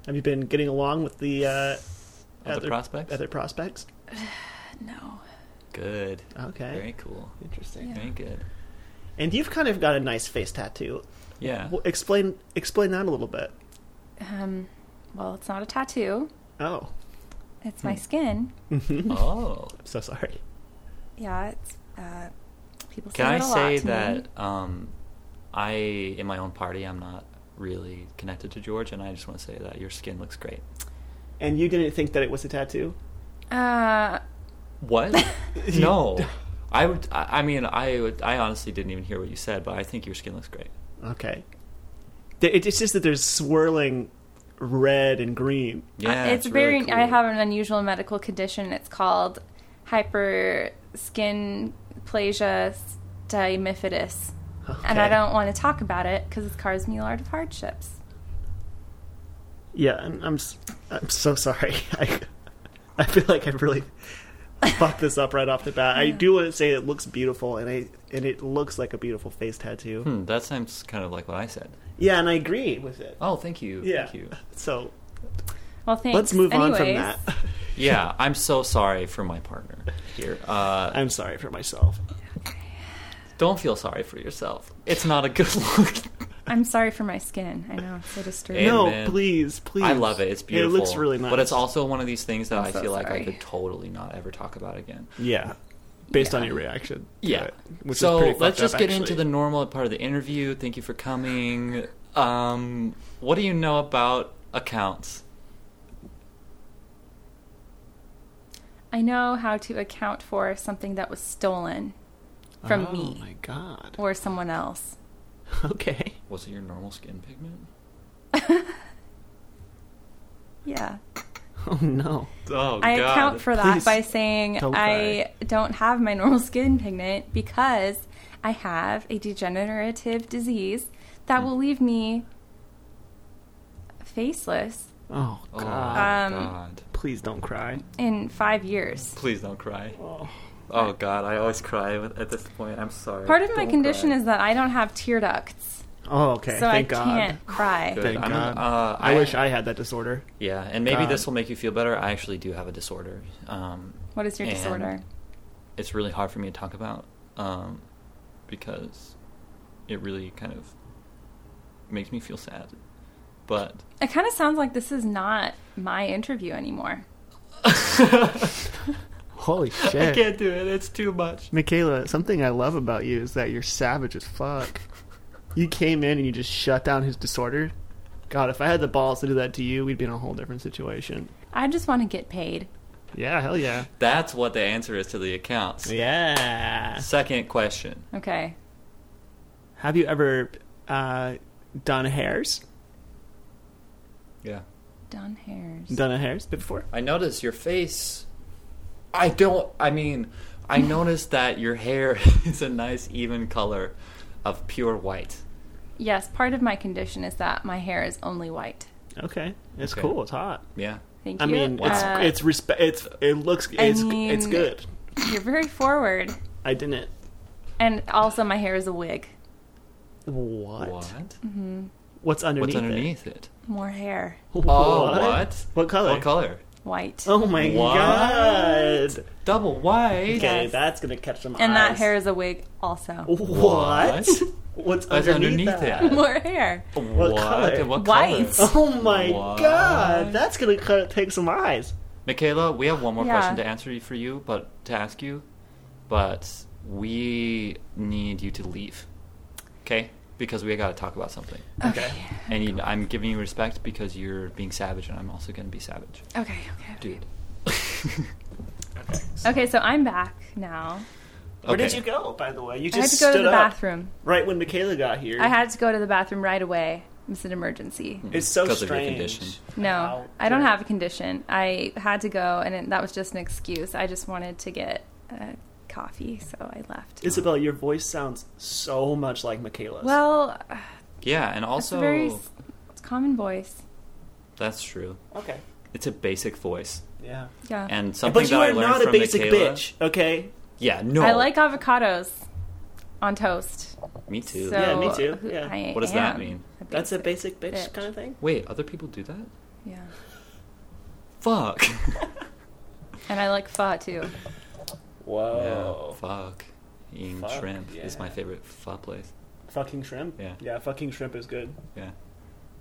[SPEAKER 1] Have you been getting along with the uh, other,
[SPEAKER 3] Other prospects?
[SPEAKER 1] Other prospects?
[SPEAKER 2] No.
[SPEAKER 3] Good.
[SPEAKER 1] Okay.
[SPEAKER 3] Very cool.
[SPEAKER 1] Interesting.
[SPEAKER 2] Yeah.
[SPEAKER 3] Very good.
[SPEAKER 1] And you've kind of got a nice face tattoo.
[SPEAKER 3] Yeah.
[SPEAKER 1] Well, explain explain that a little bit.
[SPEAKER 2] Um. Well, it's not a tattoo.
[SPEAKER 1] Oh,
[SPEAKER 2] It's
[SPEAKER 1] Hmm.
[SPEAKER 2] my skin.
[SPEAKER 3] Oh.
[SPEAKER 1] I'm so sorry.
[SPEAKER 2] Yeah, it's uh, people say
[SPEAKER 3] Can I
[SPEAKER 2] it a
[SPEAKER 3] say
[SPEAKER 2] lot to me.
[SPEAKER 3] that um, I, in my own party, I'm not really connected to George, and I just want to say that your skin looks great.
[SPEAKER 1] And you didn't think that it was a tattoo?
[SPEAKER 2] Uh,
[SPEAKER 3] What? no. I would. I I mean, I would, I honestly didn't even hear what you said, but I think your skin looks great.
[SPEAKER 1] Okay. Th- it- It's just that there's swirling red and green.
[SPEAKER 3] Yeah,
[SPEAKER 2] it's, very.
[SPEAKER 3] really
[SPEAKER 2] I
[SPEAKER 3] cool.
[SPEAKER 2] have an unusual medical condition. It's called hyper skin plasia stymifidus, and I
[SPEAKER 1] Okay.
[SPEAKER 2] don't want to talk about it because it's caused me a lot of hardships.
[SPEAKER 1] Yeah, I'm I'm, s- I'm so sorry. I I feel like I really fucked this up right off the bat. I do want to say it looks beautiful, and I and it looks like a beautiful face tattoo.
[SPEAKER 3] Hmm, that sounds kind of like what I said.
[SPEAKER 1] Yeah, and I agree with it.
[SPEAKER 3] Oh, thank you.
[SPEAKER 1] yeah.
[SPEAKER 3] Thank you.
[SPEAKER 1] So
[SPEAKER 2] Well, thanks.
[SPEAKER 1] let's move on from
[SPEAKER 2] Anyways,
[SPEAKER 1] that.
[SPEAKER 3] Yeah, I'm so sorry for my partner here. Uh,
[SPEAKER 1] I'm sorry for myself.
[SPEAKER 3] don't feel sorry for yourself. It's not a good look.
[SPEAKER 2] I'm sorry for my skin. I know it's so disturbing.
[SPEAKER 3] Hey,
[SPEAKER 1] no,
[SPEAKER 3] man.
[SPEAKER 1] please, please.
[SPEAKER 3] I love it. It's beautiful.
[SPEAKER 1] It looks really nice.
[SPEAKER 3] But it's also one of these things that i
[SPEAKER 2] I'm so
[SPEAKER 3] feel like I
[SPEAKER 2] sorry.
[SPEAKER 3] could totally not ever talk about again.
[SPEAKER 1] yeah, based
[SPEAKER 2] Yeah.
[SPEAKER 1] on your reaction. to
[SPEAKER 3] Yeah.
[SPEAKER 1] it, which
[SPEAKER 3] so
[SPEAKER 1] is pretty
[SPEAKER 3] let's
[SPEAKER 1] fucked
[SPEAKER 3] just
[SPEAKER 1] up,
[SPEAKER 3] get into
[SPEAKER 1] actually.
[SPEAKER 3] the normal part of the interview. Thank you for coming. Um, what do you know about accounts?
[SPEAKER 2] I know how to account for something that was stolen from
[SPEAKER 1] oh,
[SPEAKER 2] me
[SPEAKER 1] my god.
[SPEAKER 2] or someone else.
[SPEAKER 1] Okay.
[SPEAKER 3] Was it your normal skin pigment?
[SPEAKER 2] Yeah.
[SPEAKER 1] Oh no.
[SPEAKER 3] Oh,
[SPEAKER 2] I
[SPEAKER 3] God.
[SPEAKER 2] account for that
[SPEAKER 1] Please
[SPEAKER 2] by saying
[SPEAKER 1] don't
[SPEAKER 2] I don't have my normal skin pigment because I have a degenerative disease that will leave me faceless
[SPEAKER 1] Oh
[SPEAKER 3] Oh,
[SPEAKER 1] god.
[SPEAKER 2] Um,
[SPEAKER 3] God.
[SPEAKER 1] please don't cry.
[SPEAKER 2] in five years.
[SPEAKER 3] Please don't cry.
[SPEAKER 1] Oh.
[SPEAKER 3] Oh, God. I always cry with- at this point. I'm sorry.
[SPEAKER 2] Part of my
[SPEAKER 3] Don't
[SPEAKER 2] condition
[SPEAKER 3] cry.
[SPEAKER 2] is that I don't have tear ducts,
[SPEAKER 1] Oh, okay.
[SPEAKER 2] so I
[SPEAKER 1] Thank God.
[SPEAKER 2] can't cry.
[SPEAKER 3] Good.
[SPEAKER 1] Thank
[SPEAKER 3] I'm a-
[SPEAKER 1] God.
[SPEAKER 3] uh,
[SPEAKER 1] I,
[SPEAKER 3] I-
[SPEAKER 1] wish I had that disorder.
[SPEAKER 3] Yeah, and maybe
[SPEAKER 1] God.
[SPEAKER 3] this will make you feel better. I actually do have a disorder. Um,
[SPEAKER 2] What is your
[SPEAKER 3] and
[SPEAKER 2] disorder?
[SPEAKER 3] It's really hard for me to talk about um, because it really kind of makes me feel sad. But
[SPEAKER 2] It kind of sounds like this is not my interview anymore.
[SPEAKER 1] Holy
[SPEAKER 3] I can't do it. It's too much.
[SPEAKER 1] Michaela, something I love about you is that you're savage as fuck. You came in and you just shut down his disorder. God, if I had the balls to do that to you, we'd be in a whole different situation.
[SPEAKER 2] I just want to get paid.
[SPEAKER 1] Yeah, hell yeah.
[SPEAKER 3] That's what the answer is to the accounts.
[SPEAKER 1] Yeah.
[SPEAKER 3] Second question.
[SPEAKER 2] Okay.
[SPEAKER 1] Have you ever uh, done hairs?
[SPEAKER 3] Yeah.
[SPEAKER 2] Done hairs.
[SPEAKER 1] Done a hairs before?
[SPEAKER 3] I noticed your face. I don't. I mean, I noticed that your hair is a nice, even color of pure white.
[SPEAKER 2] Yes, part of my condition is that my hair is only white.
[SPEAKER 1] Okay, it's
[SPEAKER 3] Okay.
[SPEAKER 1] cool. It's hot.
[SPEAKER 3] Yeah.
[SPEAKER 2] Thank
[SPEAKER 1] I
[SPEAKER 2] you.
[SPEAKER 1] mean, it's
[SPEAKER 2] Uh,
[SPEAKER 1] it's respe- It's it looks.
[SPEAKER 2] I
[SPEAKER 1] It's it's
[SPEAKER 2] mean-
[SPEAKER 1] good.
[SPEAKER 2] You're very forward.
[SPEAKER 1] I didn't.
[SPEAKER 2] And also, my hair is a wig.
[SPEAKER 1] What?
[SPEAKER 3] What?
[SPEAKER 1] What's underneath?
[SPEAKER 3] What's underneath it?
[SPEAKER 2] More hair.
[SPEAKER 1] It?
[SPEAKER 3] Oh,
[SPEAKER 1] what?
[SPEAKER 3] what?
[SPEAKER 1] What color?
[SPEAKER 3] What color?
[SPEAKER 2] White.
[SPEAKER 1] Oh my
[SPEAKER 3] What?
[SPEAKER 1] god!
[SPEAKER 3] Double white.
[SPEAKER 1] Okay,
[SPEAKER 2] Yes.
[SPEAKER 1] that's gonna catch some
[SPEAKER 2] and that
[SPEAKER 1] eyes.
[SPEAKER 2] hair is a wig also.
[SPEAKER 1] What? What's
[SPEAKER 3] What's
[SPEAKER 1] underneath,
[SPEAKER 3] underneath
[SPEAKER 1] that?
[SPEAKER 3] it?
[SPEAKER 2] More hair.
[SPEAKER 1] What color?
[SPEAKER 3] And What
[SPEAKER 2] White.
[SPEAKER 3] color?
[SPEAKER 1] Oh my
[SPEAKER 3] What?
[SPEAKER 1] god! That's gonna cut, take some eyes.
[SPEAKER 3] Michaela, we have one more
[SPEAKER 2] Yeah.
[SPEAKER 3] question to answer you- for you, but to ask you, but we need you to leave, okay? Because we got to talk about something,
[SPEAKER 2] Oh
[SPEAKER 1] Okay.
[SPEAKER 3] and you, I'm giving you respect because you're being savage, and I'm also going to be savage,
[SPEAKER 2] Okay, okay.
[SPEAKER 3] dude.
[SPEAKER 2] Okay, so I'm back now.
[SPEAKER 1] Where did
[SPEAKER 3] Okay.
[SPEAKER 1] you go, by the way? You
[SPEAKER 2] I had to
[SPEAKER 1] just
[SPEAKER 2] go to
[SPEAKER 1] stood
[SPEAKER 2] the
[SPEAKER 1] up
[SPEAKER 2] bathroom.
[SPEAKER 1] right when Michaela got here.
[SPEAKER 2] I had to go to the bathroom right away. It's an emergency.
[SPEAKER 1] It's so
[SPEAKER 3] Because of your
[SPEAKER 1] strange.
[SPEAKER 3] condition.
[SPEAKER 2] No,
[SPEAKER 1] How
[SPEAKER 2] I don't
[SPEAKER 1] dare-
[SPEAKER 2] have a condition. I had to go, and it, that was just an excuse. I just wanted to get a coffee, so I left.
[SPEAKER 1] Isabel, your voice sounds so much like Michaela's.
[SPEAKER 2] well, uh,
[SPEAKER 3] Yeah, and
[SPEAKER 2] it's
[SPEAKER 3] also
[SPEAKER 2] a very s- it's common voice.
[SPEAKER 3] that's true.
[SPEAKER 1] okay,
[SPEAKER 3] It's a basic voice,
[SPEAKER 1] yeah.
[SPEAKER 2] Yeah.
[SPEAKER 3] and something
[SPEAKER 1] But you
[SPEAKER 3] that I
[SPEAKER 1] are
[SPEAKER 3] learned
[SPEAKER 1] not a
[SPEAKER 3] from
[SPEAKER 1] basic
[SPEAKER 3] Michaela-
[SPEAKER 1] bitch, okay?
[SPEAKER 3] Yeah, no,
[SPEAKER 2] I like avocados on toast.
[SPEAKER 3] me too.
[SPEAKER 2] So
[SPEAKER 1] Yeah, me too.
[SPEAKER 2] who-
[SPEAKER 1] Yeah.
[SPEAKER 2] I
[SPEAKER 3] What does that
[SPEAKER 2] am
[SPEAKER 3] mean?
[SPEAKER 2] a
[SPEAKER 1] That's a
[SPEAKER 2] basic-
[SPEAKER 1] basic bitch,
[SPEAKER 2] bitch.
[SPEAKER 1] kind of thing.
[SPEAKER 3] Wait, other people do that?
[SPEAKER 2] Yeah.
[SPEAKER 3] Fuck.
[SPEAKER 2] And I like pho too.
[SPEAKER 3] Yeah, fuck. In
[SPEAKER 1] Oh. Fuck,
[SPEAKER 3] shrimp is my
[SPEAKER 1] yeah.
[SPEAKER 3] favorite pho place.
[SPEAKER 1] Fucking shrimp.
[SPEAKER 3] Yeah.
[SPEAKER 1] Yeah, fucking shrimp is good.
[SPEAKER 3] Yeah.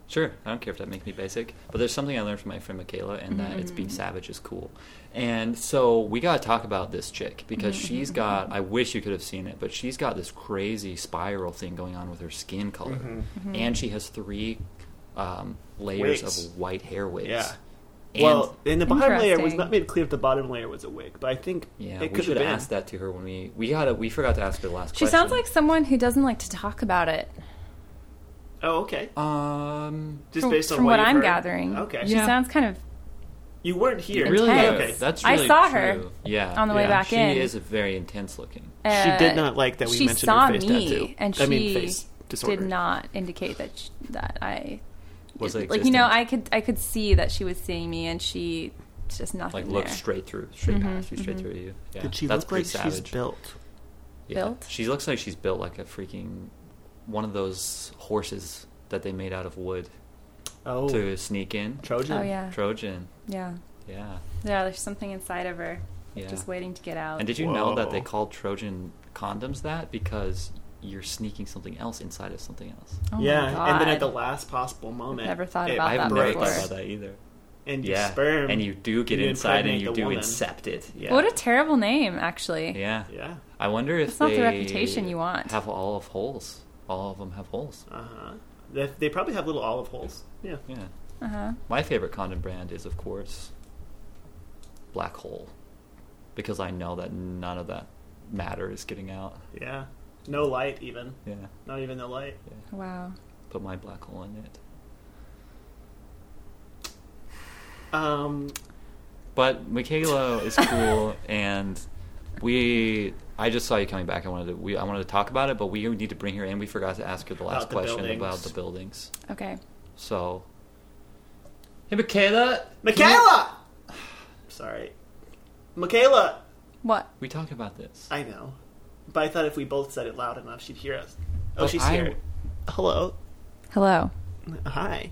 [SPEAKER 3] Sure, I don't care if that makes me basic, but there's something I learned from my friend Michaela, and that it's
[SPEAKER 2] Mm.
[SPEAKER 3] being savage is cool. And so we gotta talk about this chick because
[SPEAKER 2] Mm.
[SPEAKER 3] she's got. I wish you could have seen it, but she's got this crazy spiral thing going on with her skin color,
[SPEAKER 1] Mm-hmm.
[SPEAKER 2] Mm-hmm.
[SPEAKER 3] and she has three um, layers
[SPEAKER 1] Wigs.
[SPEAKER 3] of white hair wigs.
[SPEAKER 1] Yeah.
[SPEAKER 3] And,
[SPEAKER 1] well, and the bottom layer was
[SPEAKER 2] Interesting.
[SPEAKER 1] not made clear if the bottom layer was a wig, but I think
[SPEAKER 3] yeah,
[SPEAKER 1] it
[SPEAKER 3] we
[SPEAKER 1] could have
[SPEAKER 3] should
[SPEAKER 1] been.
[SPEAKER 3] ask that to her when we we gotta we forgot to ask her the last.
[SPEAKER 2] She
[SPEAKER 3] question.
[SPEAKER 2] sounds like someone who doesn't like to talk about it.
[SPEAKER 1] Oh, okay.
[SPEAKER 3] Uh, um.
[SPEAKER 1] Just
[SPEAKER 2] from
[SPEAKER 1] based on
[SPEAKER 2] from what,
[SPEAKER 1] you've
[SPEAKER 2] I'm
[SPEAKER 1] heard.
[SPEAKER 2] gathering,
[SPEAKER 1] Okay.
[SPEAKER 2] she
[SPEAKER 3] Yeah.
[SPEAKER 2] sounds kind of
[SPEAKER 1] You weren't here.
[SPEAKER 3] It really
[SPEAKER 2] Intense.
[SPEAKER 3] is. That's
[SPEAKER 2] I
[SPEAKER 3] really
[SPEAKER 2] saw
[SPEAKER 3] true.
[SPEAKER 2] her
[SPEAKER 3] Yeah,
[SPEAKER 2] on the way
[SPEAKER 3] yeah.
[SPEAKER 2] back
[SPEAKER 3] she
[SPEAKER 2] in.
[SPEAKER 3] is very intense looking.
[SPEAKER 2] uh,
[SPEAKER 1] she did not like that we
[SPEAKER 2] she
[SPEAKER 1] mentioned
[SPEAKER 2] saw
[SPEAKER 1] her face
[SPEAKER 2] me,
[SPEAKER 1] tattoo.
[SPEAKER 2] and
[SPEAKER 1] I mean,
[SPEAKER 2] she
[SPEAKER 1] face disorder.
[SPEAKER 2] did not indicate that sh that I
[SPEAKER 3] Was it
[SPEAKER 2] like you know
[SPEAKER 3] existing?
[SPEAKER 2] I could I could see that she was seeing me, and she it's just nothing
[SPEAKER 3] like look
[SPEAKER 2] there. Mm-hmm,
[SPEAKER 3] straight through, straight past you, straight through you. Yeah,
[SPEAKER 1] Did she
[SPEAKER 3] that's
[SPEAKER 1] look like
[SPEAKER 3] pretty
[SPEAKER 1] she's
[SPEAKER 3] savage.
[SPEAKER 1] built?
[SPEAKER 3] Yeah.
[SPEAKER 2] built?
[SPEAKER 3] She looks like she's built like a freaking one of those horses that they made out of wood
[SPEAKER 1] Oh,
[SPEAKER 3] to sneak in.
[SPEAKER 1] Trojan.
[SPEAKER 2] Oh yeah,
[SPEAKER 3] Trojan.
[SPEAKER 2] yeah,
[SPEAKER 3] Yeah.
[SPEAKER 2] yeah. There's something inside of her,
[SPEAKER 3] Yeah.
[SPEAKER 2] just waiting to get out.
[SPEAKER 3] and did you know that they
[SPEAKER 1] Whoa.
[SPEAKER 3] call Trojan condoms that because you're sneaking something else inside of something else?
[SPEAKER 2] oh my
[SPEAKER 1] yeah, and then at the
[SPEAKER 2] God.
[SPEAKER 1] last possible moment,
[SPEAKER 2] Never thought
[SPEAKER 1] it-
[SPEAKER 2] about
[SPEAKER 3] I have
[SPEAKER 2] that
[SPEAKER 3] never
[SPEAKER 2] before.
[SPEAKER 3] thought about that either.
[SPEAKER 1] And you
[SPEAKER 3] Yeah.
[SPEAKER 1] sperm,
[SPEAKER 3] And you do get
[SPEAKER 1] you
[SPEAKER 3] inside and
[SPEAKER 1] impregnate
[SPEAKER 3] you
[SPEAKER 1] the
[SPEAKER 3] do
[SPEAKER 1] woman.
[SPEAKER 3] incept it. Yeah.
[SPEAKER 2] What a terrible name, actually.
[SPEAKER 3] yeah.
[SPEAKER 1] yeah,
[SPEAKER 3] I wonder if
[SPEAKER 2] That's not the
[SPEAKER 3] they
[SPEAKER 2] reputation you want.
[SPEAKER 3] Have all of holes. All of them have holes.
[SPEAKER 1] uh huh. They, they probably have little olive holes. Yeah,
[SPEAKER 3] Yeah.
[SPEAKER 2] Uh huh.
[SPEAKER 3] My favorite condom brand is, of course, Black Hole, because I know that none of that matter is getting out.
[SPEAKER 1] yeah. No light, even
[SPEAKER 3] Yeah,
[SPEAKER 1] not even the light.
[SPEAKER 2] Wow.
[SPEAKER 3] put my black hole in it.
[SPEAKER 1] Um,
[SPEAKER 3] But Michaela is cool, and we. I just saw you coming back. I wanted to. We, I wanted to talk about it, but we need to bring her in. We forgot to ask her the last
[SPEAKER 1] About the
[SPEAKER 3] question
[SPEAKER 1] buildings.
[SPEAKER 3] about the buildings.
[SPEAKER 2] Okay.
[SPEAKER 3] So, hey, Michaela.
[SPEAKER 1] Michaela. Sorry, Michaela.
[SPEAKER 2] What?
[SPEAKER 3] We talked about this.
[SPEAKER 1] I know, but I thought if we both said it loud enough, she'd hear us. Oh,
[SPEAKER 3] But
[SPEAKER 1] she's
[SPEAKER 3] I-
[SPEAKER 1] here. Hello.
[SPEAKER 2] Hello.
[SPEAKER 1] Hi.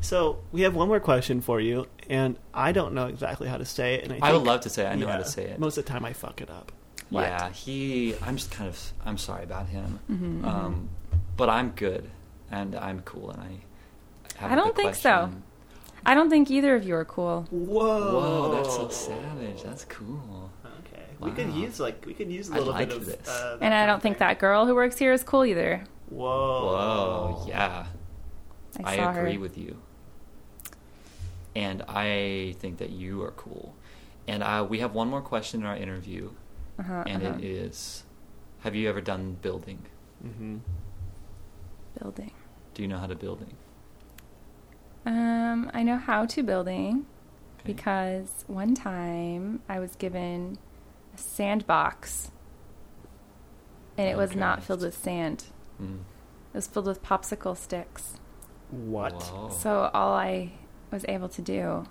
[SPEAKER 1] So we have one more question for you, and I don't know exactly how to say it. And I,
[SPEAKER 3] I would
[SPEAKER 1] think-
[SPEAKER 3] love to say I know how to
[SPEAKER 1] Yeah,
[SPEAKER 3] say it.
[SPEAKER 1] Most of the time, I fuck it up.
[SPEAKER 2] What?
[SPEAKER 3] Yeah, he. I'm just kind of. I'm sorry about him.
[SPEAKER 2] Mm-hmm,
[SPEAKER 3] um, but I'm good, and I'm cool, and I. Have
[SPEAKER 2] I
[SPEAKER 3] a
[SPEAKER 2] don't
[SPEAKER 3] good
[SPEAKER 2] think so.
[SPEAKER 3] question.
[SPEAKER 2] I don't think either of you are cool.
[SPEAKER 1] Whoa.
[SPEAKER 3] Whoa, that's so savage. That's cool.
[SPEAKER 1] Oh. Okay. We could
[SPEAKER 3] Wow.
[SPEAKER 1] use like we could use a
[SPEAKER 3] I
[SPEAKER 1] little
[SPEAKER 3] like
[SPEAKER 1] bit of
[SPEAKER 3] this.
[SPEAKER 1] Uh,
[SPEAKER 2] And I don't think
[SPEAKER 1] something.
[SPEAKER 2] that girl who works here is cool either.
[SPEAKER 1] Whoa.
[SPEAKER 3] Whoa, yeah.
[SPEAKER 2] I
[SPEAKER 3] I,
[SPEAKER 2] saw
[SPEAKER 3] agree
[SPEAKER 2] her.
[SPEAKER 3] with you. And I think that you are cool. And uh, we have one more question in our interview,
[SPEAKER 2] Uh-huh.
[SPEAKER 3] and it is Have you ever done building?
[SPEAKER 1] Mm-hmm.
[SPEAKER 2] Building.
[SPEAKER 3] Do you know how to building?
[SPEAKER 2] Um, I know how to building
[SPEAKER 3] Okay.
[SPEAKER 2] because one time I was given a sandbox and it was not
[SPEAKER 3] Okay.
[SPEAKER 2] filled with sand.
[SPEAKER 3] Mm.
[SPEAKER 2] It was filled with popsicle sticks.
[SPEAKER 1] What?
[SPEAKER 3] Whoa.
[SPEAKER 2] So all I was able to do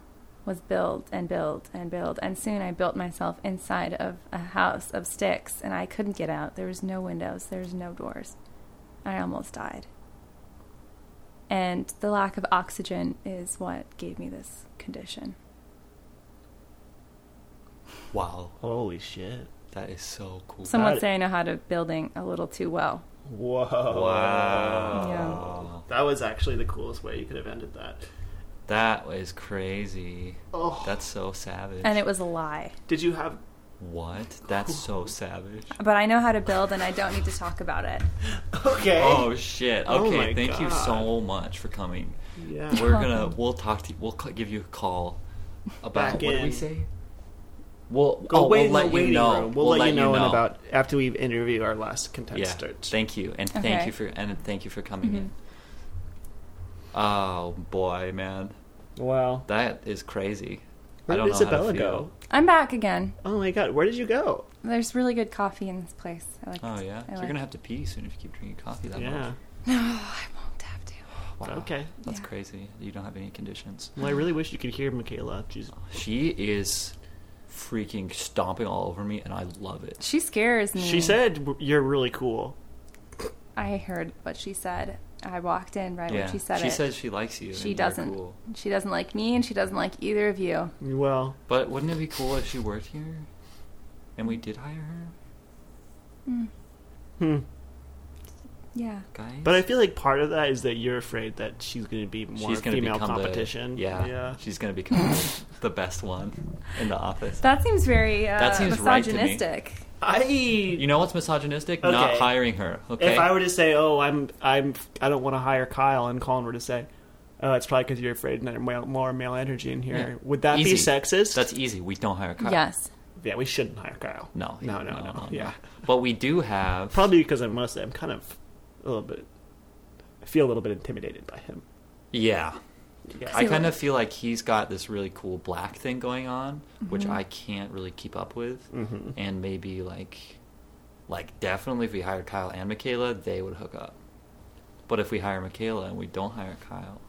[SPEAKER 2] was build and build and build. And soon I built myself inside of a house of sticks and I couldn't get out. There was no windows, there was no doors. I almost died. And the lack of oxygen is what gave me this condition.
[SPEAKER 3] Wow.
[SPEAKER 1] Holy shit!
[SPEAKER 3] That is so cool.
[SPEAKER 2] Some would
[SPEAKER 1] That-
[SPEAKER 2] say I know how to building a little too well.
[SPEAKER 1] Whoa!
[SPEAKER 2] Wow.
[SPEAKER 1] That was actually the coolest way you could have ended that.
[SPEAKER 3] That was crazy.
[SPEAKER 1] Oh,
[SPEAKER 3] That's so savage.
[SPEAKER 2] And it was a lie.
[SPEAKER 1] did you have?
[SPEAKER 3] What? That's so savage.
[SPEAKER 2] But I know how to build and I don't need to talk about it.
[SPEAKER 1] Okay.
[SPEAKER 3] Oh shit.
[SPEAKER 1] Oh
[SPEAKER 3] Okay,
[SPEAKER 1] my
[SPEAKER 3] thank you
[SPEAKER 1] God.
[SPEAKER 3] so much for coming.
[SPEAKER 1] yeah.
[SPEAKER 3] We're gonna. We'll talk to you. We'll c- give you a call about
[SPEAKER 1] Back
[SPEAKER 3] what did we
[SPEAKER 1] in.
[SPEAKER 3] say? We'll,
[SPEAKER 1] Go
[SPEAKER 3] oh,
[SPEAKER 1] wait
[SPEAKER 3] we'll
[SPEAKER 1] in
[SPEAKER 3] let
[SPEAKER 1] the
[SPEAKER 3] you
[SPEAKER 1] waiting
[SPEAKER 3] know.
[SPEAKER 1] room. We'll, let, you know, in about after we interview our last contestant.
[SPEAKER 3] yeah. Thank you and thank
[SPEAKER 2] Okay. Mm-hmm.
[SPEAKER 3] you for and thank you for coming in. Oh boy, man,
[SPEAKER 1] Wow.
[SPEAKER 3] that is crazy. I
[SPEAKER 1] Where
[SPEAKER 3] don't
[SPEAKER 1] did
[SPEAKER 3] know how to
[SPEAKER 1] Isabella
[SPEAKER 3] feel.
[SPEAKER 1] go?
[SPEAKER 2] I'm back again.
[SPEAKER 1] Oh my god, where did you go?
[SPEAKER 2] There's really good coffee in this place. I like
[SPEAKER 3] Oh
[SPEAKER 2] it.
[SPEAKER 3] yeah,
[SPEAKER 2] I
[SPEAKER 3] so
[SPEAKER 2] like
[SPEAKER 3] you're gonna have to pee soon if you keep drinking coffee that
[SPEAKER 1] Yeah.
[SPEAKER 3] much.
[SPEAKER 2] No, I won't have to.
[SPEAKER 3] Wow.
[SPEAKER 1] Okay.
[SPEAKER 3] That's
[SPEAKER 2] Yeah.
[SPEAKER 3] crazy. You don't have any conditions.
[SPEAKER 1] Well, I really wish you could hear Michaela. She's
[SPEAKER 3] Oh, She is freaking stomping all over me, and I love it.
[SPEAKER 2] She scares me.
[SPEAKER 1] She said w- you're really cool.
[SPEAKER 2] I heard what she said. I walked in right when she said
[SPEAKER 3] she
[SPEAKER 2] it.
[SPEAKER 3] says she likes you.
[SPEAKER 2] she
[SPEAKER 3] and you're
[SPEAKER 2] doesn't.
[SPEAKER 3] Cool.
[SPEAKER 2] She doesn't like me, and she doesn't like either of you.
[SPEAKER 1] Well,
[SPEAKER 3] But wouldn't it be cool if she worked here, and we did hire her,
[SPEAKER 1] hmm.
[SPEAKER 2] Yeah.
[SPEAKER 3] guys?
[SPEAKER 1] But I feel like part of that is that you're afraid that she's going to be more
[SPEAKER 3] she's gonna
[SPEAKER 1] female
[SPEAKER 3] become the-
[SPEAKER 1] competition.
[SPEAKER 3] yeah,
[SPEAKER 1] Yeah.
[SPEAKER 3] she's gonna become the- the best one in the office.
[SPEAKER 2] That seems very uh,
[SPEAKER 3] That seems right to me.
[SPEAKER 2] misogynistic.
[SPEAKER 1] I
[SPEAKER 3] you know what's misogynistic? Not
[SPEAKER 1] Okay.
[SPEAKER 3] hiring her. Okay.
[SPEAKER 1] If I were to say, "Oh, I'm, I'm, I don't want to hire Kyle," and Colin were to say, "Oh, it's probably because you're afraid there's male- more male energy in here,"
[SPEAKER 3] Yeah.
[SPEAKER 1] would that be
[SPEAKER 3] Easy.
[SPEAKER 1] sexist?
[SPEAKER 3] That's easy. We don't hire Kyle.
[SPEAKER 2] Yes.
[SPEAKER 1] yeah, we shouldn't hire Kyle.
[SPEAKER 3] No.
[SPEAKER 1] no, no,
[SPEAKER 3] no, no, no.
[SPEAKER 1] yeah.
[SPEAKER 3] But we do have
[SPEAKER 1] Probably because I'm mostly, I'm kind of a little bit, I feel a little bit intimidated by him.
[SPEAKER 3] Yeah.
[SPEAKER 1] Yeah.
[SPEAKER 3] I
[SPEAKER 2] See,
[SPEAKER 3] kind
[SPEAKER 2] like-
[SPEAKER 3] of feel like he's got this really cool black thing going on, which I can't really keep up with. Mm-hmm. And maybe like, like definitely if we hired Kyle and Michaela, they would hook up. But if we hire Michaela and we don't hire Kyle,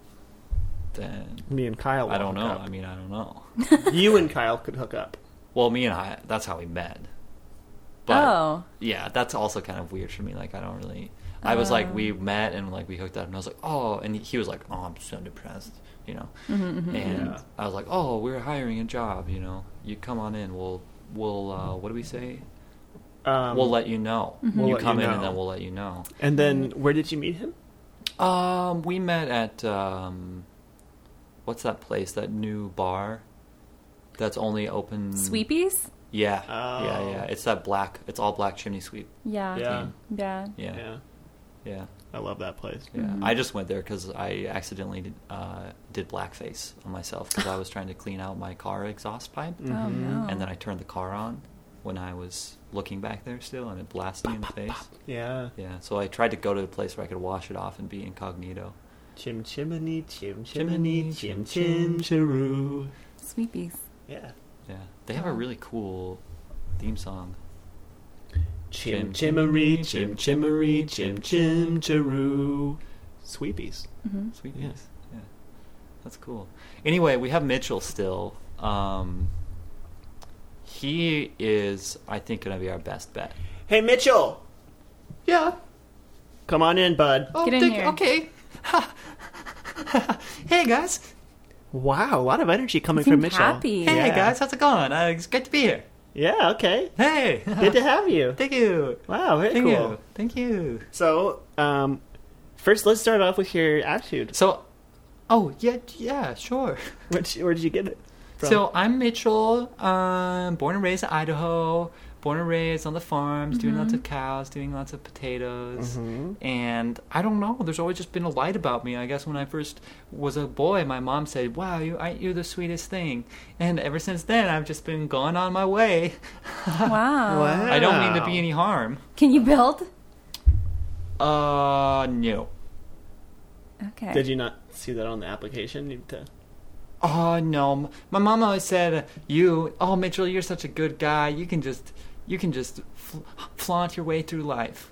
[SPEAKER 3] then
[SPEAKER 1] Me and Kyle.
[SPEAKER 3] I
[SPEAKER 1] will
[SPEAKER 3] don't
[SPEAKER 1] hook
[SPEAKER 3] know.
[SPEAKER 1] up.
[SPEAKER 3] I mean, I don't know.
[SPEAKER 1] you and Kyle could hook up.
[SPEAKER 3] well, me and I—that's how we met.
[SPEAKER 2] oh.
[SPEAKER 3] yeah, that's also kind of weird for me. Like, I don't really. I was like, we met and like we hooked up, and I was like, oh, and he was like, oh, I'm so depressed, you know.
[SPEAKER 2] Mm-hmm,
[SPEAKER 3] And
[SPEAKER 1] Yeah.
[SPEAKER 3] I was like, oh, we're hiring a job, you know. You come on in. We'll we'll uh, what do we say?
[SPEAKER 1] Um,
[SPEAKER 3] we'll let you know.
[SPEAKER 1] We'll
[SPEAKER 3] you
[SPEAKER 1] let
[SPEAKER 3] come
[SPEAKER 1] you
[SPEAKER 3] in,
[SPEAKER 1] know.
[SPEAKER 3] and then we'll let you know.
[SPEAKER 1] and then where did you meet him?
[SPEAKER 3] Um, we met at um, what's that place? That new bar. That's only open.
[SPEAKER 2] Sweepies.
[SPEAKER 3] Yeah,
[SPEAKER 1] Oh.
[SPEAKER 3] yeah, yeah. It's that black. It's all black chimney sweep.
[SPEAKER 2] Yeah.
[SPEAKER 1] Yeah.
[SPEAKER 3] team.
[SPEAKER 2] Yeah.
[SPEAKER 3] Yeah, yeah.
[SPEAKER 1] yeah. I love that place.
[SPEAKER 3] Yeah, I just went there because I accidentally did, uh, did blackface on myself because I was trying to clean out my car exhaust pipe,
[SPEAKER 2] Oh
[SPEAKER 1] Mm-hmm.
[SPEAKER 2] no.
[SPEAKER 3] and then I turned the car on when I was looking back there still, and it blasted me in the face.
[SPEAKER 1] Yeah.
[SPEAKER 3] Yeah, so I tried to go to a place where I could wash it off and be incognito.
[SPEAKER 1] Chim chimney, chim
[SPEAKER 3] Chimney,
[SPEAKER 1] chimney,
[SPEAKER 3] chim
[SPEAKER 1] chim chim chiroo.
[SPEAKER 2] Sweepies.
[SPEAKER 1] Yeah.
[SPEAKER 3] Yeah, they have a really cool theme song.
[SPEAKER 1] Chim chimmery, chim chimmery, chim chim chiroo. Sweepies.
[SPEAKER 3] Sweet
[SPEAKER 1] Yeah.
[SPEAKER 3] Peas. Yeah. That's cool. Anyway, we have Mitchell still. Um, he is, I think, going to be our best bet.
[SPEAKER 1] Hey Mitchell. Yeah. Come on in, bud.
[SPEAKER 3] Oh,
[SPEAKER 2] Get in
[SPEAKER 3] thank-
[SPEAKER 2] here.
[SPEAKER 3] Okay. hey guys.
[SPEAKER 1] Wow, a lot of energy coming
[SPEAKER 2] He
[SPEAKER 1] from
[SPEAKER 2] seemed
[SPEAKER 1] Mitchell.
[SPEAKER 2] happy.
[SPEAKER 3] Hey
[SPEAKER 1] Yeah.
[SPEAKER 3] guys, how's it going? Uh, it's good to be here.
[SPEAKER 1] Yeah, okay.
[SPEAKER 3] Hey.
[SPEAKER 1] Good to have you.
[SPEAKER 3] Thank you.
[SPEAKER 1] Wow, very
[SPEAKER 3] Thank
[SPEAKER 1] cool.
[SPEAKER 3] you. Thank you.
[SPEAKER 1] So, um, first let's start off with your attitude.
[SPEAKER 3] So, oh yeah, yeah, sure.
[SPEAKER 1] Which, where did you get it from?
[SPEAKER 3] So I'm Mitchell. Um, born and raised in Idaho, born and raised on the farms, doing
[SPEAKER 2] Mhm.
[SPEAKER 1] Mm-hmm.
[SPEAKER 3] lots of cows, doing lots of potatoes.
[SPEAKER 1] Mhm.
[SPEAKER 3] And I don't know. There's always just been a light about me. I guess when I first was a boy, my mom said, "Wow, you, I, you're the sweetest thing." And ever since then, I've just been going on my way.
[SPEAKER 2] Wow.
[SPEAKER 1] Wow.
[SPEAKER 3] I don't mean to
[SPEAKER 1] Wow.
[SPEAKER 3] be any harm.
[SPEAKER 2] Can you build?
[SPEAKER 3] Uh, no.
[SPEAKER 2] Okay.
[SPEAKER 1] Did you not see that on the application? You to-
[SPEAKER 3] Oh no, M- my mom always said, "You, oh Mitchell, you're such a good guy. You can just, you can just fla flaunt your way through life."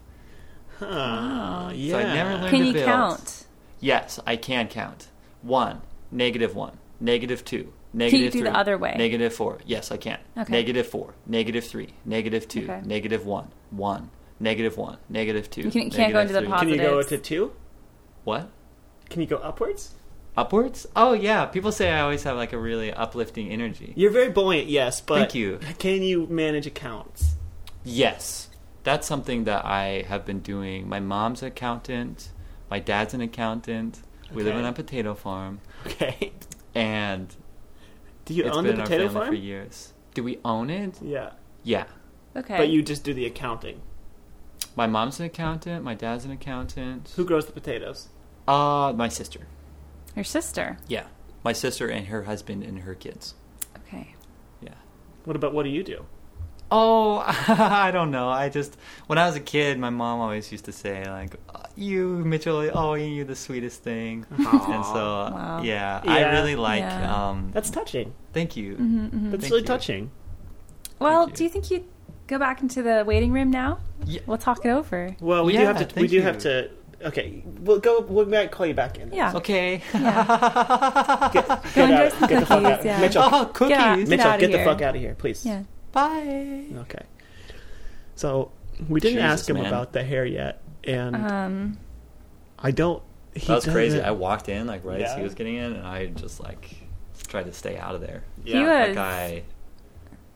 [SPEAKER 1] Huh.
[SPEAKER 2] Wow. So I
[SPEAKER 1] Yeah.
[SPEAKER 3] Ah. never learned-
[SPEAKER 2] Can
[SPEAKER 3] to
[SPEAKER 2] you
[SPEAKER 3] build?
[SPEAKER 2] count?
[SPEAKER 3] Yes, I can count. One, negative one, negative two, negative
[SPEAKER 2] do the
[SPEAKER 3] three,
[SPEAKER 2] other way?
[SPEAKER 3] negative four. Yes, I can.
[SPEAKER 2] Okay.
[SPEAKER 3] Negative four, negative three, negative two,
[SPEAKER 2] Okay.
[SPEAKER 3] negative one, one, negative one, negative two.
[SPEAKER 2] You can- can't go
[SPEAKER 3] negative
[SPEAKER 2] into the
[SPEAKER 3] three.
[SPEAKER 1] Can you go
[SPEAKER 2] Positives.
[SPEAKER 1] to two?
[SPEAKER 3] What?
[SPEAKER 1] Can you go upwards?
[SPEAKER 3] Upwards? Oh yeah. People say I always have like a really uplifting energy.
[SPEAKER 1] You're very buoyant, yes, but
[SPEAKER 3] Thank you.
[SPEAKER 1] Can you manage accounts?
[SPEAKER 3] Yes. That's something that I have been doing. My mom's an accountant. My dad's an accountant. We live
[SPEAKER 1] Okay.
[SPEAKER 3] on a potato farm.
[SPEAKER 1] Okay.
[SPEAKER 3] And
[SPEAKER 1] Do you
[SPEAKER 3] it's
[SPEAKER 1] own the
[SPEAKER 3] been in our
[SPEAKER 1] potato
[SPEAKER 3] family
[SPEAKER 1] farm?
[SPEAKER 3] for years. Do we own it?
[SPEAKER 1] Yeah,
[SPEAKER 3] Yeah.
[SPEAKER 2] Okay.
[SPEAKER 1] but you just do the accounting.
[SPEAKER 3] My mom's an accountant. My dad's an accountant.
[SPEAKER 1] Who grows the potatoes?
[SPEAKER 3] Uh, my sister.
[SPEAKER 2] Your sister.
[SPEAKER 3] Yeah. My sister and her husband and her kids.
[SPEAKER 2] Okay.
[SPEAKER 3] Yeah.
[SPEAKER 1] What about what do you do?
[SPEAKER 3] Oh, I don't know. I just when I was a kid, my mom always used to say like, "You Mitchell, oh, you're the sweetest thing."
[SPEAKER 1] Aw.
[SPEAKER 3] And so,
[SPEAKER 2] Wow.
[SPEAKER 3] yeah,
[SPEAKER 1] Yeah.
[SPEAKER 3] I really like.
[SPEAKER 2] Yeah.
[SPEAKER 3] Um,
[SPEAKER 1] That's touching.
[SPEAKER 3] thank you.
[SPEAKER 2] hmm hmm
[SPEAKER 1] That's
[SPEAKER 3] Thank
[SPEAKER 1] really
[SPEAKER 3] you.
[SPEAKER 1] touching.
[SPEAKER 2] Well,
[SPEAKER 3] you.
[SPEAKER 2] do you think you go back into the waiting room now?
[SPEAKER 3] Yeah.
[SPEAKER 2] We'll talk it over.
[SPEAKER 1] Well, we do
[SPEAKER 3] Yeah,
[SPEAKER 1] have to. We
[SPEAKER 3] thank
[SPEAKER 1] do
[SPEAKER 3] you.
[SPEAKER 1] have to. Okay, we'll go. We might call you back in.
[SPEAKER 2] Yeah.
[SPEAKER 3] Okay.
[SPEAKER 1] Get,
[SPEAKER 2] Go
[SPEAKER 1] get
[SPEAKER 2] enjoy
[SPEAKER 1] out-
[SPEAKER 2] some
[SPEAKER 1] get the fuck
[SPEAKER 2] cookies,
[SPEAKER 1] out.
[SPEAKER 2] yeah.
[SPEAKER 1] Mitchell,
[SPEAKER 3] oh,
[SPEAKER 2] Yeah.
[SPEAKER 3] cookies.
[SPEAKER 2] Get
[SPEAKER 1] Mitchell,
[SPEAKER 2] outta
[SPEAKER 1] get the
[SPEAKER 2] here.
[SPEAKER 1] fuck out of here, please.
[SPEAKER 2] Yeah.
[SPEAKER 3] Bye.
[SPEAKER 1] Okay. So we didn't
[SPEAKER 3] Jesus,
[SPEAKER 1] ask him
[SPEAKER 3] man.
[SPEAKER 1] about the hair yet, and
[SPEAKER 2] Um.
[SPEAKER 1] I don't. He
[SPEAKER 3] that was crazy.
[SPEAKER 1] doesn't-
[SPEAKER 3] I walked in like right as
[SPEAKER 1] Yeah.
[SPEAKER 3] he was getting in, and I just like tried to stay out of there.
[SPEAKER 2] He was-
[SPEAKER 3] That guy,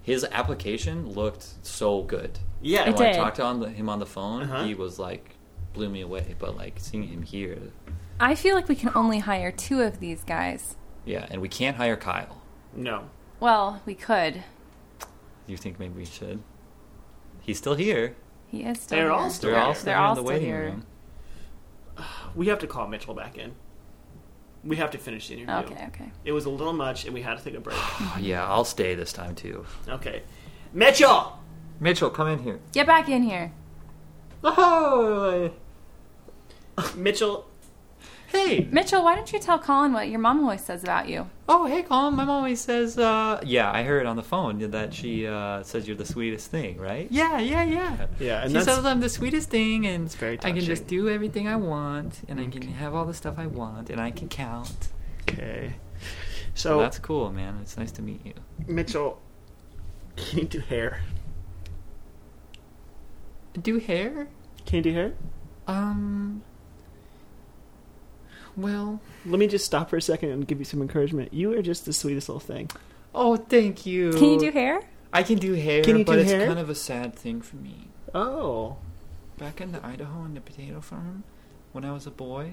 [SPEAKER 3] his application looked so good.
[SPEAKER 1] Yeah.
[SPEAKER 3] And
[SPEAKER 2] It
[SPEAKER 3] when
[SPEAKER 2] did.
[SPEAKER 3] I talked to him- him on the phone,
[SPEAKER 1] Uh-huh.
[SPEAKER 3] he was like blew me away. But like seeing him here,
[SPEAKER 2] I feel like we can only hire two of these guys.
[SPEAKER 3] yeah. And we can't hire Kyle.
[SPEAKER 1] No.
[SPEAKER 2] Well, we could.
[SPEAKER 3] You think maybe we should? He's still here.
[SPEAKER 2] He is still.
[SPEAKER 1] They're
[SPEAKER 2] here.
[SPEAKER 1] all still
[SPEAKER 3] They're all
[SPEAKER 1] here.
[SPEAKER 3] still
[SPEAKER 2] They're
[SPEAKER 3] here
[SPEAKER 2] all
[SPEAKER 3] in the
[SPEAKER 2] still
[SPEAKER 3] waiting
[SPEAKER 2] here.
[SPEAKER 3] room.
[SPEAKER 1] We have to call Mitchell back in. We have to finish the interview.
[SPEAKER 2] Okay. Okay.
[SPEAKER 1] It was a little much, and we had to take a break.
[SPEAKER 3] Oh, yeah, I'll stay this time too.
[SPEAKER 1] Okay. Mitchell!
[SPEAKER 3] Mitchell, come in here.
[SPEAKER 2] Get back in here.
[SPEAKER 3] Oh,
[SPEAKER 1] Mitchell,
[SPEAKER 3] hey.
[SPEAKER 2] Mitchell, why don't you tell Colin what your mom always says about you?
[SPEAKER 3] Oh, hey, Colin. My mom always says, uh, yeah, I heard on the phone that she uh, says you're the sweetest thing, right? Yeah, yeah, yeah.
[SPEAKER 1] Yeah, and
[SPEAKER 3] she
[SPEAKER 1] that's-
[SPEAKER 3] says I'm the sweetest thing, and
[SPEAKER 1] very
[SPEAKER 3] I can just
[SPEAKER 1] touching.
[SPEAKER 3] do everything I want, and I can have all the stuff I want, and I can count.
[SPEAKER 1] Okay.
[SPEAKER 3] So
[SPEAKER 1] So,
[SPEAKER 3] that's cool, man. It's nice to meet you.
[SPEAKER 1] Mitchell, can you do hair?
[SPEAKER 3] Do hair?
[SPEAKER 1] Can you do hair?
[SPEAKER 3] Um. Well.
[SPEAKER 1] Let me just stop for a second and give you some encouragement. You are just the sweetest little thing.
[SPEAKER 3] Oh, thank you.
[SPEAKER 2] Can you do hair?
[SPEAKER 3] I can do hair,
[SPEAKER 1] Can you
[SPEAKER 3] but
[SPEAKER 1] do
[SPEAKER 3] it's
[SPEAKER 1] hair?
[SPEAKER 3] kind of a sad thing for me.
[SPEAKER 1] Oh.
[SPEAKER 3] Back in the Idaho on the potato farm, when I was a boy,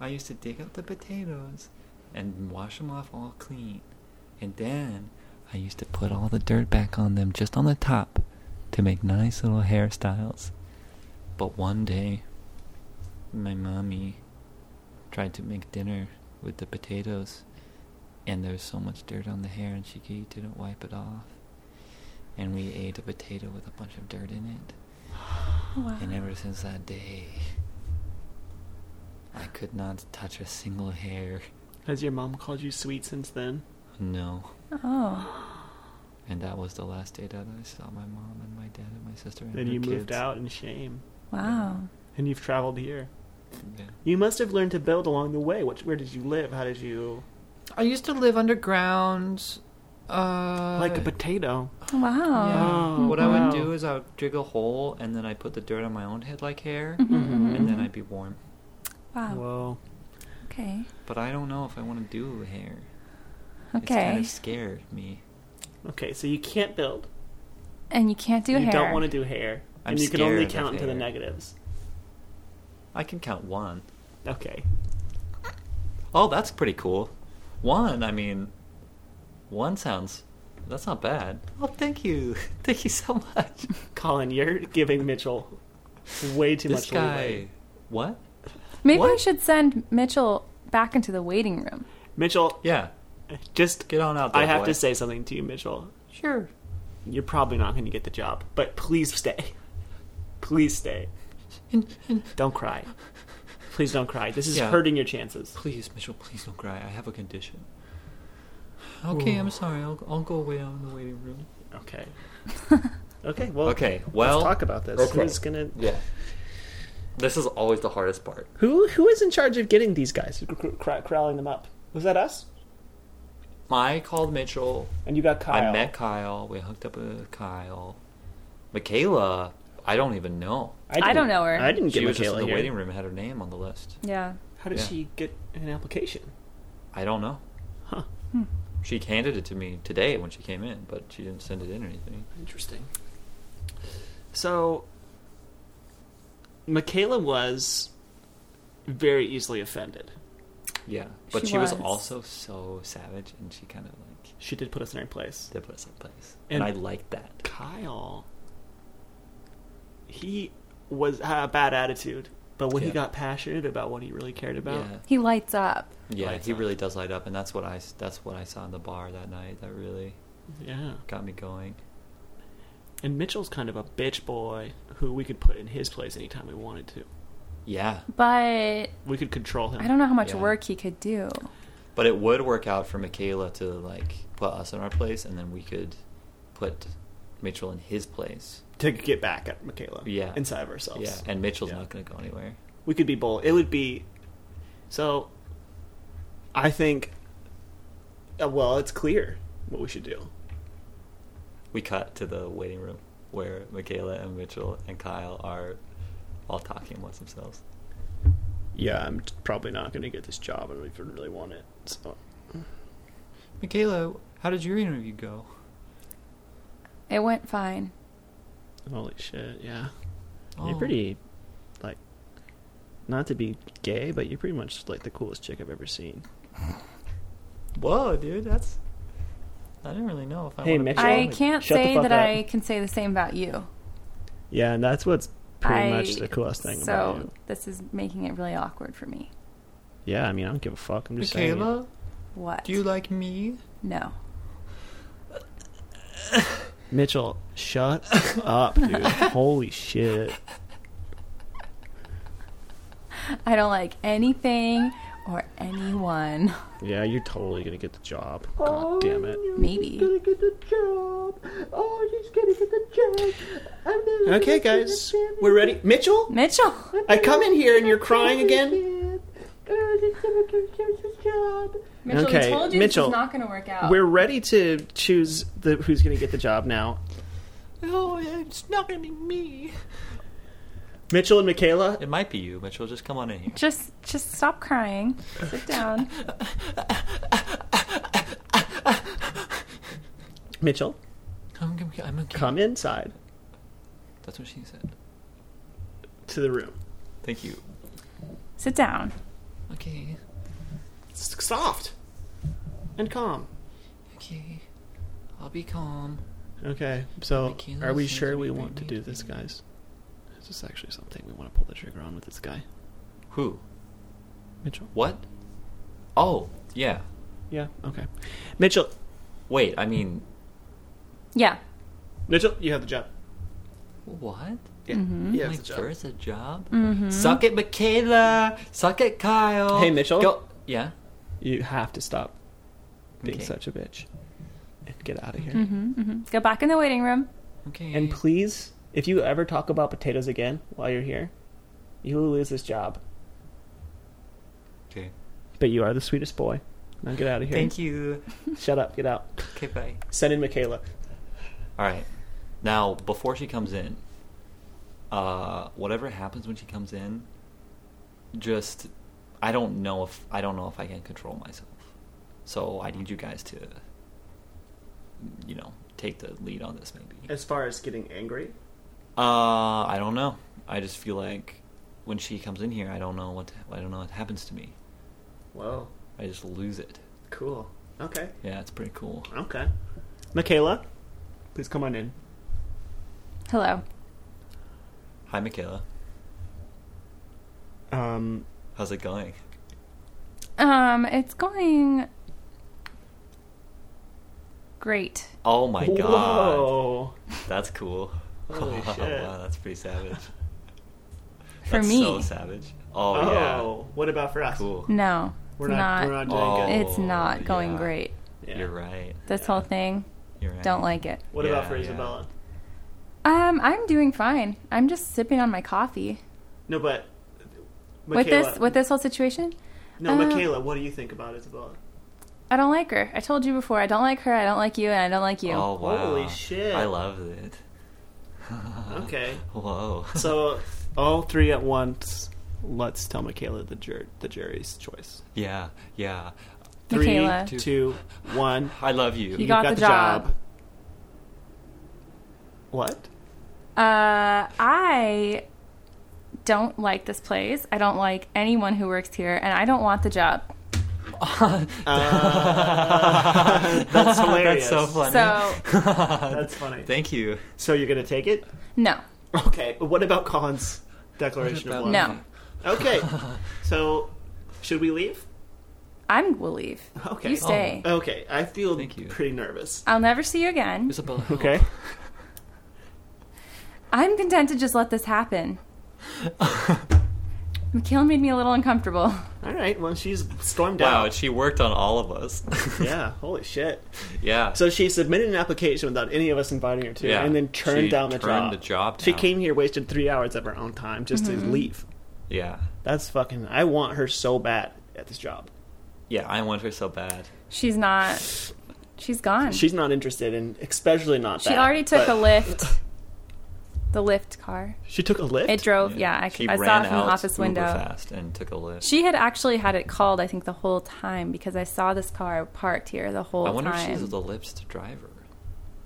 [SPEAKER 3] I used to dig up the potatoes and wash them off all clean. And then I used to put all the dirt back on them just on the top to make nice little hairstyles. But one day, my mommy tried to make dinner with the potatoes, and there was so much dirt on the hair, and she didn't wipe it off. And we ate a potato with a bunch of dirt in it.
[SPEAKER 2] Wow.
[SPEAKER 3] And ever since that day, I could not touch a single hair.
[SPEAKER 1] Has your mom called you sweet since then?
[SPEAKER 3] No.
[SPEAKER 2] Oh.
[SPEAKER 3] And that was the last day that I saw my mom and my dad and my sister and
[SPEAKER 1] Then
[SPEAKER 3] her
[SPEAKER 1] you
[SPEAKER 3] Mm-hmm. kids.
[SPEAKER 1] moved out in shame.
[SPEAKER 2] Wow.
[SPEAKER 1] And you've traveled here.
[SPEAKER 3] Yeah.
[SPEAKER 1] You must have learned to build along the way. What, where did you live? How did you.
[SPEAKER 3] I used to live underground. Uh,
[SPEAKER 1] like a potato.
[SPEAKER 2] Wow.
[SPEAKER 3] Yeah.
[SPEAKER 1] Oh,
[SPEAKER 3] what I
[SPEAKER 1] wow.
[SPEAKER 3] would do is I would dig a hole and then I put the dirt on my own head like hair,
[SPEAKER 1] Mhm.
[SPEAKER 3] Mm-hmm. and then I'd be warm. oh.
[SPEAKER 2] Wow.
[SPEAKER 1] Whoa.
[SPEAKER 2] Okay.
[SPEAKER 3] But I don't know if I want to do hair. It's
[SPEAKER 2] Okay.
[SPEAKER 3] kind of scared me.
[SPEAKER 1] Okay, so you can't build.
[SPEAKER 2] And you can't do
[SPEAKER 1] you
[SPEAKER 2] hair.
[SPEAKER 1] don't want to do hair.
[SPEAKER 3] I'm
[SPEAKER 1] and you can only
[SPEAKER 3] scared of
[SPEAKER 1] count into the
[SPEAKER 3] hair.
[SPEAKER 1] negatives.
[SPEAKER 3] I can count one.
[SPEAKER 1] Okay.
[SPEAKER 3] Oh, that's pretty cool. One, I mean, one sounds That's not bad. Oh, thank you. Thank you so much.
[SPEAKER 1] Colin, you're giving Mitchell way too
[SPEAKER 3] this
[SPEAKER 1] much
[SPEAKER 3] guy.
[SPEAKER 1] leeway.
[SPEAKER 3] What?
[SPEAKER 2] Maybe I
[SPEAKER 3] What?
[SPEAKER 2] should send Mitchell back into the waiting room.
[SPEAKER 1] Mitchell,
[SPEAKER 3] Yeah.
[SPEAKER 1] just
[SPEAKER 3] Get on out there.
[SPEAKER 1] I have
[SPEAKER 3] boy.
[SPEAKER 1] to say something to you, Mitchell.
[SPEAKER 3] Sure.
[SPEAKER 1] You're probably not going to get the job, but please stay. Please stay. Don't cry. Please don't cry. This is
[SPEAKER 3] Yeah.
[SPEAKER 1] hurting your chances.
[SPEAKER 3] Please, Mitchell, please don't cry. I have a condition. Okay, I'm sorry. I'll, I'll go away out in the waiting room.
[SPEAKER 1] Okay. Okay. Well.
[SPEAKER 3] Okay, well,
[SPEAKER 1] Let's talk about this.
[SPEAKER 3] okay.
[SPEAKER 1] Who's gonna?
[SPEAKER 3] Yeah. This is always the hardest part.
[SPEAKER 1] Who who is in charge of getting these guys, cr- cr- cr- corralling them up? Was that us?
[SPEAKER 3] I called Mitchell.
[SPEAKER 1] And you got Kyle.
[SPEAKER 3] I met Kyle. We hooked up with Kyle. Michaela, I don't even know.
[SPEAKER 2] I don't
[SPEAKER 1] didn't-
[SPEAKER 2] know her.
[SPEAKER 1] I didn't get
[SPEAKER 3] She was just
[SPEAKER 1] Michaela
[SPEAKER 3] in the
[SPEAKER 1] here.
[SPEAKER 3] waiting room and had her name on the list.
[SPEAKER 2] Yeah.
[SPEAKER 1] How did
[SPEAKER 3] Yeah.
[SPEAKER 1] she get an application?
[SPEAKER 3] I don't know.
[SPEAKER 1] Huh.
[SPEAKER 3] She handed it to me today when she came in, but she didn't send it in or anything.
[SPEAKER 1] Interesting. So, Michaela was very easily offended.
[SPEAKER 3] Yeah. But
[SPEAKER 2] She
[SPEAKER 3] she, was.
[SPEAKER 2] was.
[SPEAKER 3] also so savage and she kind of like
[SPEAKER 1] She did put us in our place.
[SPEAKER 3] did put us in place. And,
[SPEAKER 1] And-
[SPEAKER 3] I liked that.
[SPEAKER 1] Kyle, he was had a bad attitude, but when he
[SPEAKER 3] Yeah.
[SPEAKER 1] got passionate about what he really cared about,
[SPEAKER 3] Yeah.
[SPEAKER 2] He lights up.
[SPEAKER 3] Yeah,
[SPEAKER 1] Lights
[SPEAKER 3] he
[SPEAKER 1] up.
[SPEAKER 3] really does light up and that's what I s- that's what I saw in the bar that night that really
[SPEAKER 1] yeah.
[SPEAKER 3] got me going.
[SPEAKER 1] And Mitchell's kind of a bitch boy who we could put in his place anytime we wanted to.
[SPEAKER 3] Yeah.
[SPEAKER 2] But
[SPEAKER 1] We could control him.
[SPEAKER 2] I don't know how much
[SPEAKER 3] Yeah.
[SPEAKER 2] work he could do.
[SPEAKER 3] But it would work out for Michaela to like put us in our place, and then we could put Mitchell in his place.
[SPEAKER 1] to get back at Michaela.
[SPEAKER 3] Yeah.
[SPEAKER 1] Inside of ourselves.
[SPEAKER 3] Yeah, and Mitchell's
[SPEAKER 1] Yeah.
[SPEAKER 3] not going to go anywhere.
[SPEAKER 1] we could be bold. It would be so. I think. uh, Well, it's clear what we should do.
[SPEAKER 3] We cut to the waiting room where Michaela and Mitchell and Kyle are all talking amongst themselves.
[SPEAKER 1] Yeah, I'm t- probably not going to get this job, and we really want it. So
[SPEAKER 3] Michaela, how did your interview go?
[SPEAKER 2] It went fine.
[SPEAKER 1] holy shit, yeah.
[SPEAKER 2] Oh.
[SPEAKER 1] like, not to be gay, but you're pretty much like the coolest chick I've ever seen.
[SPEAKER 3] Whoa, dude, that's. I didn't really know if I.
[SPEAKER 1] Hey,
[SPEAKER 3] wanna be
[SPEAKER 1] Mitchell.
[SPEAKER 2] I
[SPEAKER 3] solid.
[SPEAKER 2] can't
[SPEAKER 1] shut the
[SPEAKER 2] say
[SPEAKER 1] fuck
[SPEAKER 2] that
[SPEAKER 1] up.
[SPEAKER 2] I can say the same about you.
[SPEAKER 1] Yeah, and that's what's
[SPEAKER 2] I-
[SPEAKER 1] pretty much the coolest thing
[SPEAKER 2] so
[SPEAKER 1] about you.
[SPEAKER 2] this is making it really awkward for me.
[SPEAKER 1] Yeah, I mean, I don't give a fuck. I'm just saying.
[SPEAKER 3] Michaela,
[SPEAKER 2] What?
[SPEAKER 3] do you like me?
[SPEAKER 2] no.
[SPEAKER 1] Mitchell, shut up, dude. Holy shit.
[SPEAKER 2] I don't like anything or anyone.
[SPEAKER 1] Yeah, you're totally gonna get the job. God damn it.
[SPEAKER 2] Maybe.
[SPEAKER 1] Okay, guys, we're ready. Mitchell,
[SPEAKER 2] Mitchell.
[SPEAKER 1] I come in here and you're crying again.
[SPEAKER 2] Mitchell,
[SPEAKER 1] we Okay, told you this Mitchell, is not
[SPEAKER 2] going to work out.
[SPEAKER 1] We're ready to choose the who's gonna get the job now.
[SPEAKER 3] No, Oh, it's not going to be me.
[SPEAKER 1] Mitchell and Michaela.
[SPEAKER 3] It might be you, Mitchell. Just come on in here.
[SPEAKER 2] just just stop crying. Sit down.
[SPEAKER 1] Mitchell,
[SPEAKER 3] I'm, gonna- I'm okay.
[SPEAKER 1] come inside
[SPEAKER 3] That's what she said.
[SPEAKER 1] to the room.
[SPEAKER 3] Thank you.
[SPEAKER 2] Sit down.
[SPEAKER 3] Okay.
[SPEAKER 1] S- Soft and calm.
[SPEAKER 3] Okay. I'll be calm.
[SPEAKER 1] Okay, so
[SPEAKER 3] Michaela
[SPEAKER 1] are we
[SPEAKER 3] seems
[SPEAKER 1] sure
[SPEAKER 3] to
[SPEAKER 1] we
[SPEAKER 3] be
[SPEAKER 1] want to do
[SPEAKER 3] very
[SPEAKER 1] this,
[SPEAKER 3] mean.
[SPEAKER 1] guys? Is this actually something we want to pull the trigger on with this guy?
[SPEAKER 3] Who?
[SPEAKER 1] Mitchell?
[SPEAKER 3] What? Oh, yeah.
[SPEAKER 1] Yeah, okay. Mitchell,
[SPEAKER 3] Wait, I mean,
[SPEAKER 2] Yeah.
[SPEAKER 1] Mitchell, you have the job.
[SPEAKER 3] what?
[SPEAKER 1] Yeah, you have
[SPEAKER 3] My
[SPEAKER 1] the job.
[SPEAKER 3] first a job? Suck it, Michaela. Suck it, Kyle.
[SPEAKER 1] Hey, Mitchell.
[SPEAKER 3] Go. Yeah.
[SPEAKER 1] You have to stop being
[SPEAKER 3] Okay.
[SPEAKER 1] such a bitch and get out of here.
[SPEAKER 2] Mm-hmm. Go back in the waiting room.
[SPEAKER 3] Okay.
[SPEAKER 1] And please, if you ever talk about potatoes again while you're here, you will lose this job.
[SPEAKER 3] okay.
[SPEAKER 1] But you are the sweetest boy. Now get out of here.
[SPEAKER 3] Thank you.
[SPEAKER 1] Shut up. Get out.
[SPEAKER 3] Okay, bye.
[SPEAKER 1] Send in Michaela.
[SPEAKER 3] All right. Now, before she comes in, uh, whatever happens when she comes in, just I don't know if I don't know if I can control myself. So I need you guys to, you know, take the lead on this. Maybe.
[SPEAKER 1] As far as getting angry,
[SPEAKER 3] Uh, I don't know. I just feel like when she comes in here, I don't know what I don't know what happens to me.
[SPEAKER 1] whoa,
[SPEAKER 3] I just lose it.
[SPEAKER 1] cool. Okay,
[SPEAKER 3] Yeah, it's pretty cool.
[SPEAKER 1] okay. Michaela, please come on in.
[SPEAKER 2] Hello.
[SPEAKER 3] Hi, Michaela.
[SPEAKER 1] Um,
[SPEAKER 3] How's it going?
[SPEAKER 2] Um, it's going great.
[SPEAKER 3] Oh my god,
[SPEAKER 1] Whoa.
[SPEAKER 3] that's cool.
[SPEAKER 1] Holy
[SPEAKER 3] wow,
[SPEAKER 1] shit.
[SPEAKER 3] that's pretty savage.
[SPEAKER 2] For
[SPEAKER 3] that's
[SPEAKER 2] me.
[SPEAKER 3] so savage. Oh,
[SPEAKER 1] Oh,
[SPEAKER 3] yeah,
[SPEAKER 1] what about for us?
[SPEAKER 3] cool.
[SPEAKER 2] No.
[SPEAKER 1] We're
[SPEAKER 2] it's
[SPEAKER 1] not,
[SPEAKER 2] not.
[SPEAKER 1] We're not doing
[SPEAKER 3] Oh.
[SPEAKER 1] good.
[SPEAKER 2] it's not going
[SPEAKER 3] yeah.
[SPEAKER 2] great.
[SPEAKER 1] Yeah.
[SPEAKER 3] You're right.
[SPEAKER 2] This whole thing,
[SPEAKER 3] You're right.
[SPEAKER 2] don't like it.
[SPEAKER 1] What about
[SPEAKER 3] Yeah,
[SPEAKER 1] for
[SPEAKER 3] yeah.
[SPEAKER 1] Isabella?
[SPEAKER 2] Um, I'm doing fine. I'm just sipping on my coffee.
[SPEAKER 1] No, but
[SPEAKER 2] With
[SPEAKER 1] Michaela,
[SPEAKER 2] this with this whole situation,
[SPEAKER 1] No,
[SPEAKER 2] uh,
[SPEAKER 1] Michaela, what do you think about Isabella?
[SPEAKER 2] I don't like her. I told you before, I don't like her, I don't like you, and I don't like you.
[SPEAKER 3] Oh wow.
[SPEAKER 1] Holy shit.
[SPEAKER 3] I love it.
[SPEAKER 1] Okay.
[SPEAKER 3] Whoa.
[SPEAKER 1] So all three at once. Let's tell Michaela the jur- the jury's choice.
[SPEAKER 3] yeah, yeah.
[SPEAKER 1] Three, two, one.
[SPEAKER 2] Michaela.
[SPEAKER 3] I love you.
[SPEAKER 2] You got the job.
[SPEAKER 1] What?
[SPEAKER 2] Uh, I don't like this place. I don't like anyone who works here, and I don't want the job.
[SPEAKER 1] Uh, that's hilarious.
[SPEAKER 3] That's so funny.
[SPEAKER 2] So
[SPEAKER 1] That's funny.
[SPEAKER 3] Thank you.
[SPEAKER 1] So you're gonna take it?
[SPEAKER 2] no,
[SPEAKER 1] Okay. but What about Colin's declaration of
[SPEAKER 3] What
[SPEAKER 1] love?
[SPEAKER 3] about-
[SPEAKER 2] no,
[SPEAKER 1] Okay. So should we leave?
[SPEAKER 2] I'm will leave.
[SPEAKER 1] Okay. Oh.
[SPEAKER 2] You stay.
[SPEAKER 1] Okay. I feel
[SPEAKER 3] Thank you.
[SPEAKER 1] pretty nervous.
[SPEAKER 2] I'll never see you again.
[SPEAKER 3] Isabella.
[SPEAKER 1] Okay.
[SPEAKER 2] I'm content to just let this happen. Mikhail made me a little uncomfortable.
[SPEAKER 1] All right. Well, she's stormed
[SPEAKER 3] Wow,
[SPEAKER 1] out.
[SPEAKER 3] she worked on all of us.
[SPEAKER 1] Yeah. Holy shit.
[SPEAKER 3] yeah.
[SPEAKER 1] So she submitted an application without any of us inviting her to,
[SPEAKER 3] Yeah.
[SPEAKER 1] and then turned
[SPEAKER 3] She
[SPEAKER 1] down the
[SPEAKER 3] turned
[SPEAKER 1] job.
[SPEAKER 3] the job
[SPEAKER 1] She
[SPEAKER 3] down.
[SPEAKER 1] came here, wasted three hours of her own time just
[SPEAKER 2] Mm-hmm.
[SPEAKER 1] to leave.
[SPEAKER 3] yeah.
[SPEAKER 1] That's fucking. I want her so bad at this job.
[SPEAKER 3] Yeah, I want her so bad.
[SPEAKER 2] She's not. She's gone.
[SPEAKER 1] She's not interested in, especially not.
[SPEAKER 2] she
[SPEAKER 1] that,
[SPEAKER 2] already took
[SPEAKER 1] but-
[SPEAKER 2] a lift. The lift car.
[SPEAKER 1] She took a lift.
[SPEAKER 2] It drove. Oh, Yeah, I,
[SPEAKER 3] she
[SPEAKER 2] I saw
[SPEAKER 3] ran
[SPEAKER 2] it from the
[SPEAKER 3] out
[SPEAKER 2] office
[SPEAKER 3] uber
[SPEAKER 2] window.
[SPEAKER 3] fast and took a lift.
[SPEAKER 2] She had actually had it called, I think, the whole time because I saw this car parked here the whole
[SPEAKER 3] I wonder
[SPEAKER 2] time.
[SPEAKER 3] if she's the lips driver.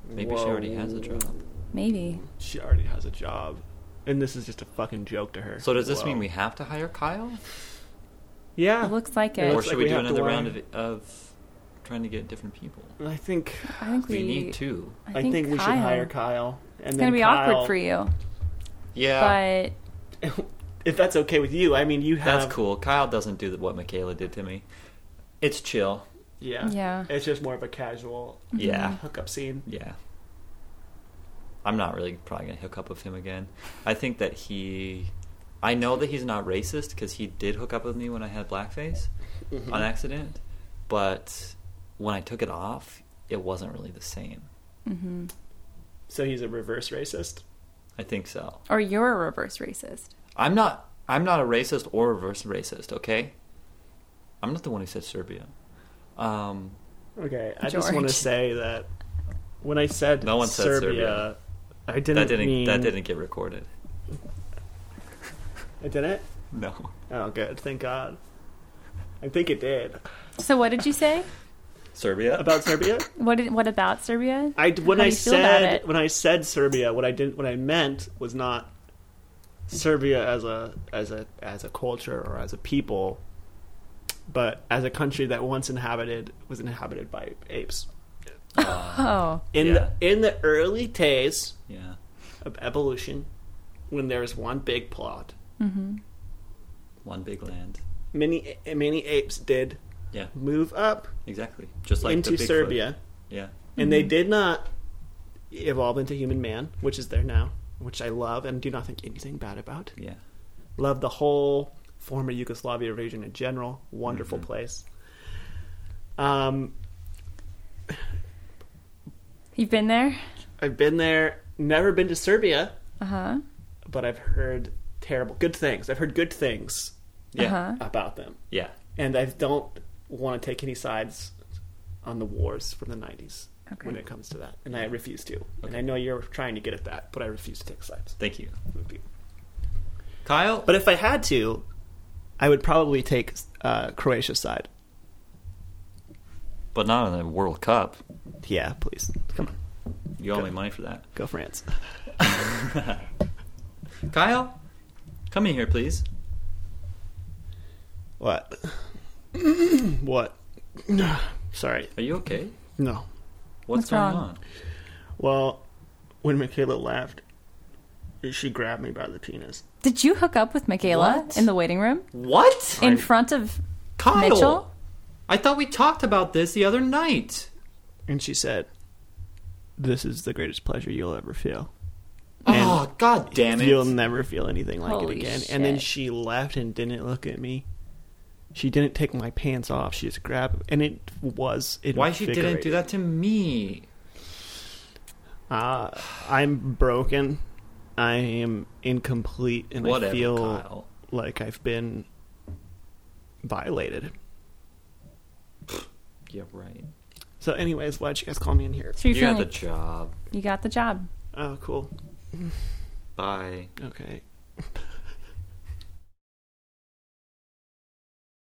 [SPEAKER 3] Maybe she already has a job.
[SPEAKER 2] Maybe.
[SPEAKER 1] She already has a job, and this is just a fucking joke to her.
[SPEAKER 3] So does this
[SPEAKER 1] Whoa.
[SPEAKER 3] mean we have to hire Kyle,
[SPEAKER 1] Yeah.
[SPEAKER 2] It looks like
[SPEAKER 1] It
[SPEAKER 2] it.
[SPEAKER 3] or
[SPEAKER 1] looks
[SPEAKER 3] should
[SPEAKER 1] like
[SPEAKER 3] we,
[SPEAKER 1] we
[SPEAKER 3] do
[SPEAKER 1] have to
[SPEAKER 3] another
[SPEAKER 1] wire-
[SPEAKER 3] round of, of trying to get different people?
[SPEAKER 1] I think.
[SPEAKER 2] I think we,
[SPEAKER 3] We need two.
[SPEAKER 1] I think, we should
[SPEAKER 2] Kyle-
[SPEAKER 1] hire Kyle. And
[SPEAKER 2] It's
[SPEAKER 1] then
[SPEAKER 2] going to be
[SPEAKER 1] Kyle,
[SPEAKER 2] awkward for you,
[SPEAKER 3] Yeah,
[SPEAKER 2] but
[SPEAKER 1] If that's okay with you, I mean, you have.
[SPEAKER 3] that's cool. Kyle doesn't do what Michaela did to me. It's chill.
[SPEAKER 1] Yeah.
[SPEAKER 2] Yeah.
[SPEAKER 1] It's just more of a casual
[SPEAKER 3] Yeah.
[SPEAKER 1] hookup scene.
[SPEAKER 3] Yeah. I'm not really probably going to hook up with him again. I think that he. I know that he's not racist because he did hook up with me when I had blackface
[SPEAKER 1] Mm-hmm.
[SPEAKER 3] on accident, but when I took it off, it wasn't really the same.
[SPEAKER 2] Mm-hmm.
[SPEAKER 1] So he's a reverse racist.
[SPEAKER 3] I think so.
[SPEAKER 2] or you're a reverse racist.
[SPEAKER 3] I'm not. I'm not a racist or a reverse racist. Okay. I'm not the one who said Serbia. Um,
[SPEAKER 1] Okay, I just want
[SPEAKER 2] George.
[SPEAKER 1] to say that when I said
[SPEAKER 3] No one said
[SPEAKER 1] Serbia,
[SPEAKER 3] Serbia.
[SPEAKER 1] I didn't,
[SPEAKER 3] that didn't.
[SPEAKER 1] mean
[SPEAKER 3] That didn't get recorded.
[SPEAKER 1] It didn't.
[SPEAKER 3] No.
[SPEAKER 1] Oh, good. Thank God. I think it did
[SPEAKER 2] So what did you say?
[SPEAKER 3] Serbia
[SPEAKER 1] about Serbia.
[SPEAKER 2] What did, what about Serbia?
[SPEAKER 1] I when
[SPEAKER 2] How do
[SPEAKER 1] I
[SPEAKER 2] you feel about
[SPEAKER 1] said
[SPEAKER 2] it?
[SPEAKER 1] when I said Serbia, what I didn't what I meant was not Serbia as a as a as a culture or as a people, but as a country that once inhabited was inhabited by apes.
[SPEAKER 2] Oh,
[SPEAKER 1] In
[SPEAKER 3] Yeah.
[SPEAKER 1] the in the early days
[SPEAKER 3] Uh, Yeah.
[SPEAKER 1] of evolution, when there was one big plot,
[SPEAKER 3] One big land.
[SPEAKER 1] many many apes did
[SPEAKER 3] Yeah.
[SPEAKER 1] move up
[SPEAKER 3] Exactly. Just like the
[SPEAKER 1] into
[SPEAKER 3] Bigfoot. Mm-hmm.
[SPEAKER 1] Serbia,
[SPEAKER 3] Yeah.
[SPEAKER 1] and they did not evolve into human man, which is there now, which I love and do not think anything bad about.
[SPEAKER 3] Yeah.
[SPEAKER 1] Love the whole former Yugoslavia region in general. Wonderful
[SPEAKER 3] Mm-hmm.
[SPEAKER 1] place. Um,
[SPEAKER 2] you've been there.
[SPEAKER 1] I've been there. Never been to Serbia,
[SPEAKER 2] Uh huh.
[SPEAKER 1] but I've heard terrible good things. I've heard good things
[SPEAKER 3] Yeah.
[SPEAKER 2] Uh-huh.
[SPEAKER 1] about them,
[SPEAKER 3] Yeah.
[SPEAKER 1] and I don't want to take any sides on the wars from the '90s
[SPEAKER 2] Okay.
[SPEAKER 1] when it comes to that, and I refuse to. And I know you're trying to get at that, but I refuse to take sides.
[SPEAKER 3] Thank you, Kyle.
[SPEAKER 1] But if I had to, I would probably take uh, Croatia's side.
[SPEAKER 3] but not in the World Cup.
[SPEAKER 1] Yeah, please come on,
[SPEAKER 3] You owe me money for that.
[SPEAKER 1] go France.
[SPEAKER 3] Kyle, come in here, please.
[SPEAKER 1] What? what? Sorry.
[SPEAKER 3] Are you okay?
[SPEAKER 1] No.
[SPEAKER 3] What's,
[SPEAKER 2] What's
[SPEAKER 3] going
[SPEAKER 2] wrong?
[SPEAKER 3] on?
[SPEAKER 1] Well, when Michaela laughed, she grabbed me by the penis.
[SPEAKER 2] Did you hook up with Michaela
[SPEAKER 3] What?
[SPEAKER 2] in the waiting room
[SPEAKER 3] What?
[SPEAKER 2] in front of
[SPEAKER 3] Kyle,
[SPEAKER 2] Mitchell?
[SPEAKER 3] I thought we talked about this the other night.
[SPEAKER 1] And she said, This is the greatest pleasure you'll ever feel.
[SPEAKER 3] oh, god damn it.
[SPEAKER 1] You'll never feel anything like
[SPEAKER 2] Holy
[SPEAKER 1] it again. And then
[SPEAKER 2] shit.
[SPEAKER 1] she left and didn't look at me. She didn't take my pants off. She just grabbed, and it was.
[SPEAKER 3] Why she didn't do
[SPEAKER 1] invigorating.
[SPEAKER 3] that to me?
[SPEAKER 1] Uh, I'm broken. I am incomplete, and
[SPEAKER 3] Whatever,
[SPEAKER 1] I feel
[SPEAKER 3] Kyle.
[SPEAKER 1] like I've been violated.
[SPEAKER 3] Yeah, right.
[SPEAKER 1] So, anyways, why'd you guys call me in here?
[SPEAKER 2] So you're
[SPEAKER 3] you
[SPEAKER 2] feeling
[SPEAKER 3] got the
[SPEAKER 2] like
[SPEAKER 3] job.
[SPEAKER 2] you got the job.
[SPEAKER 1] Oh, cool.
[SPEAKER 3] Bye.
[SPEAKER 1] Okay.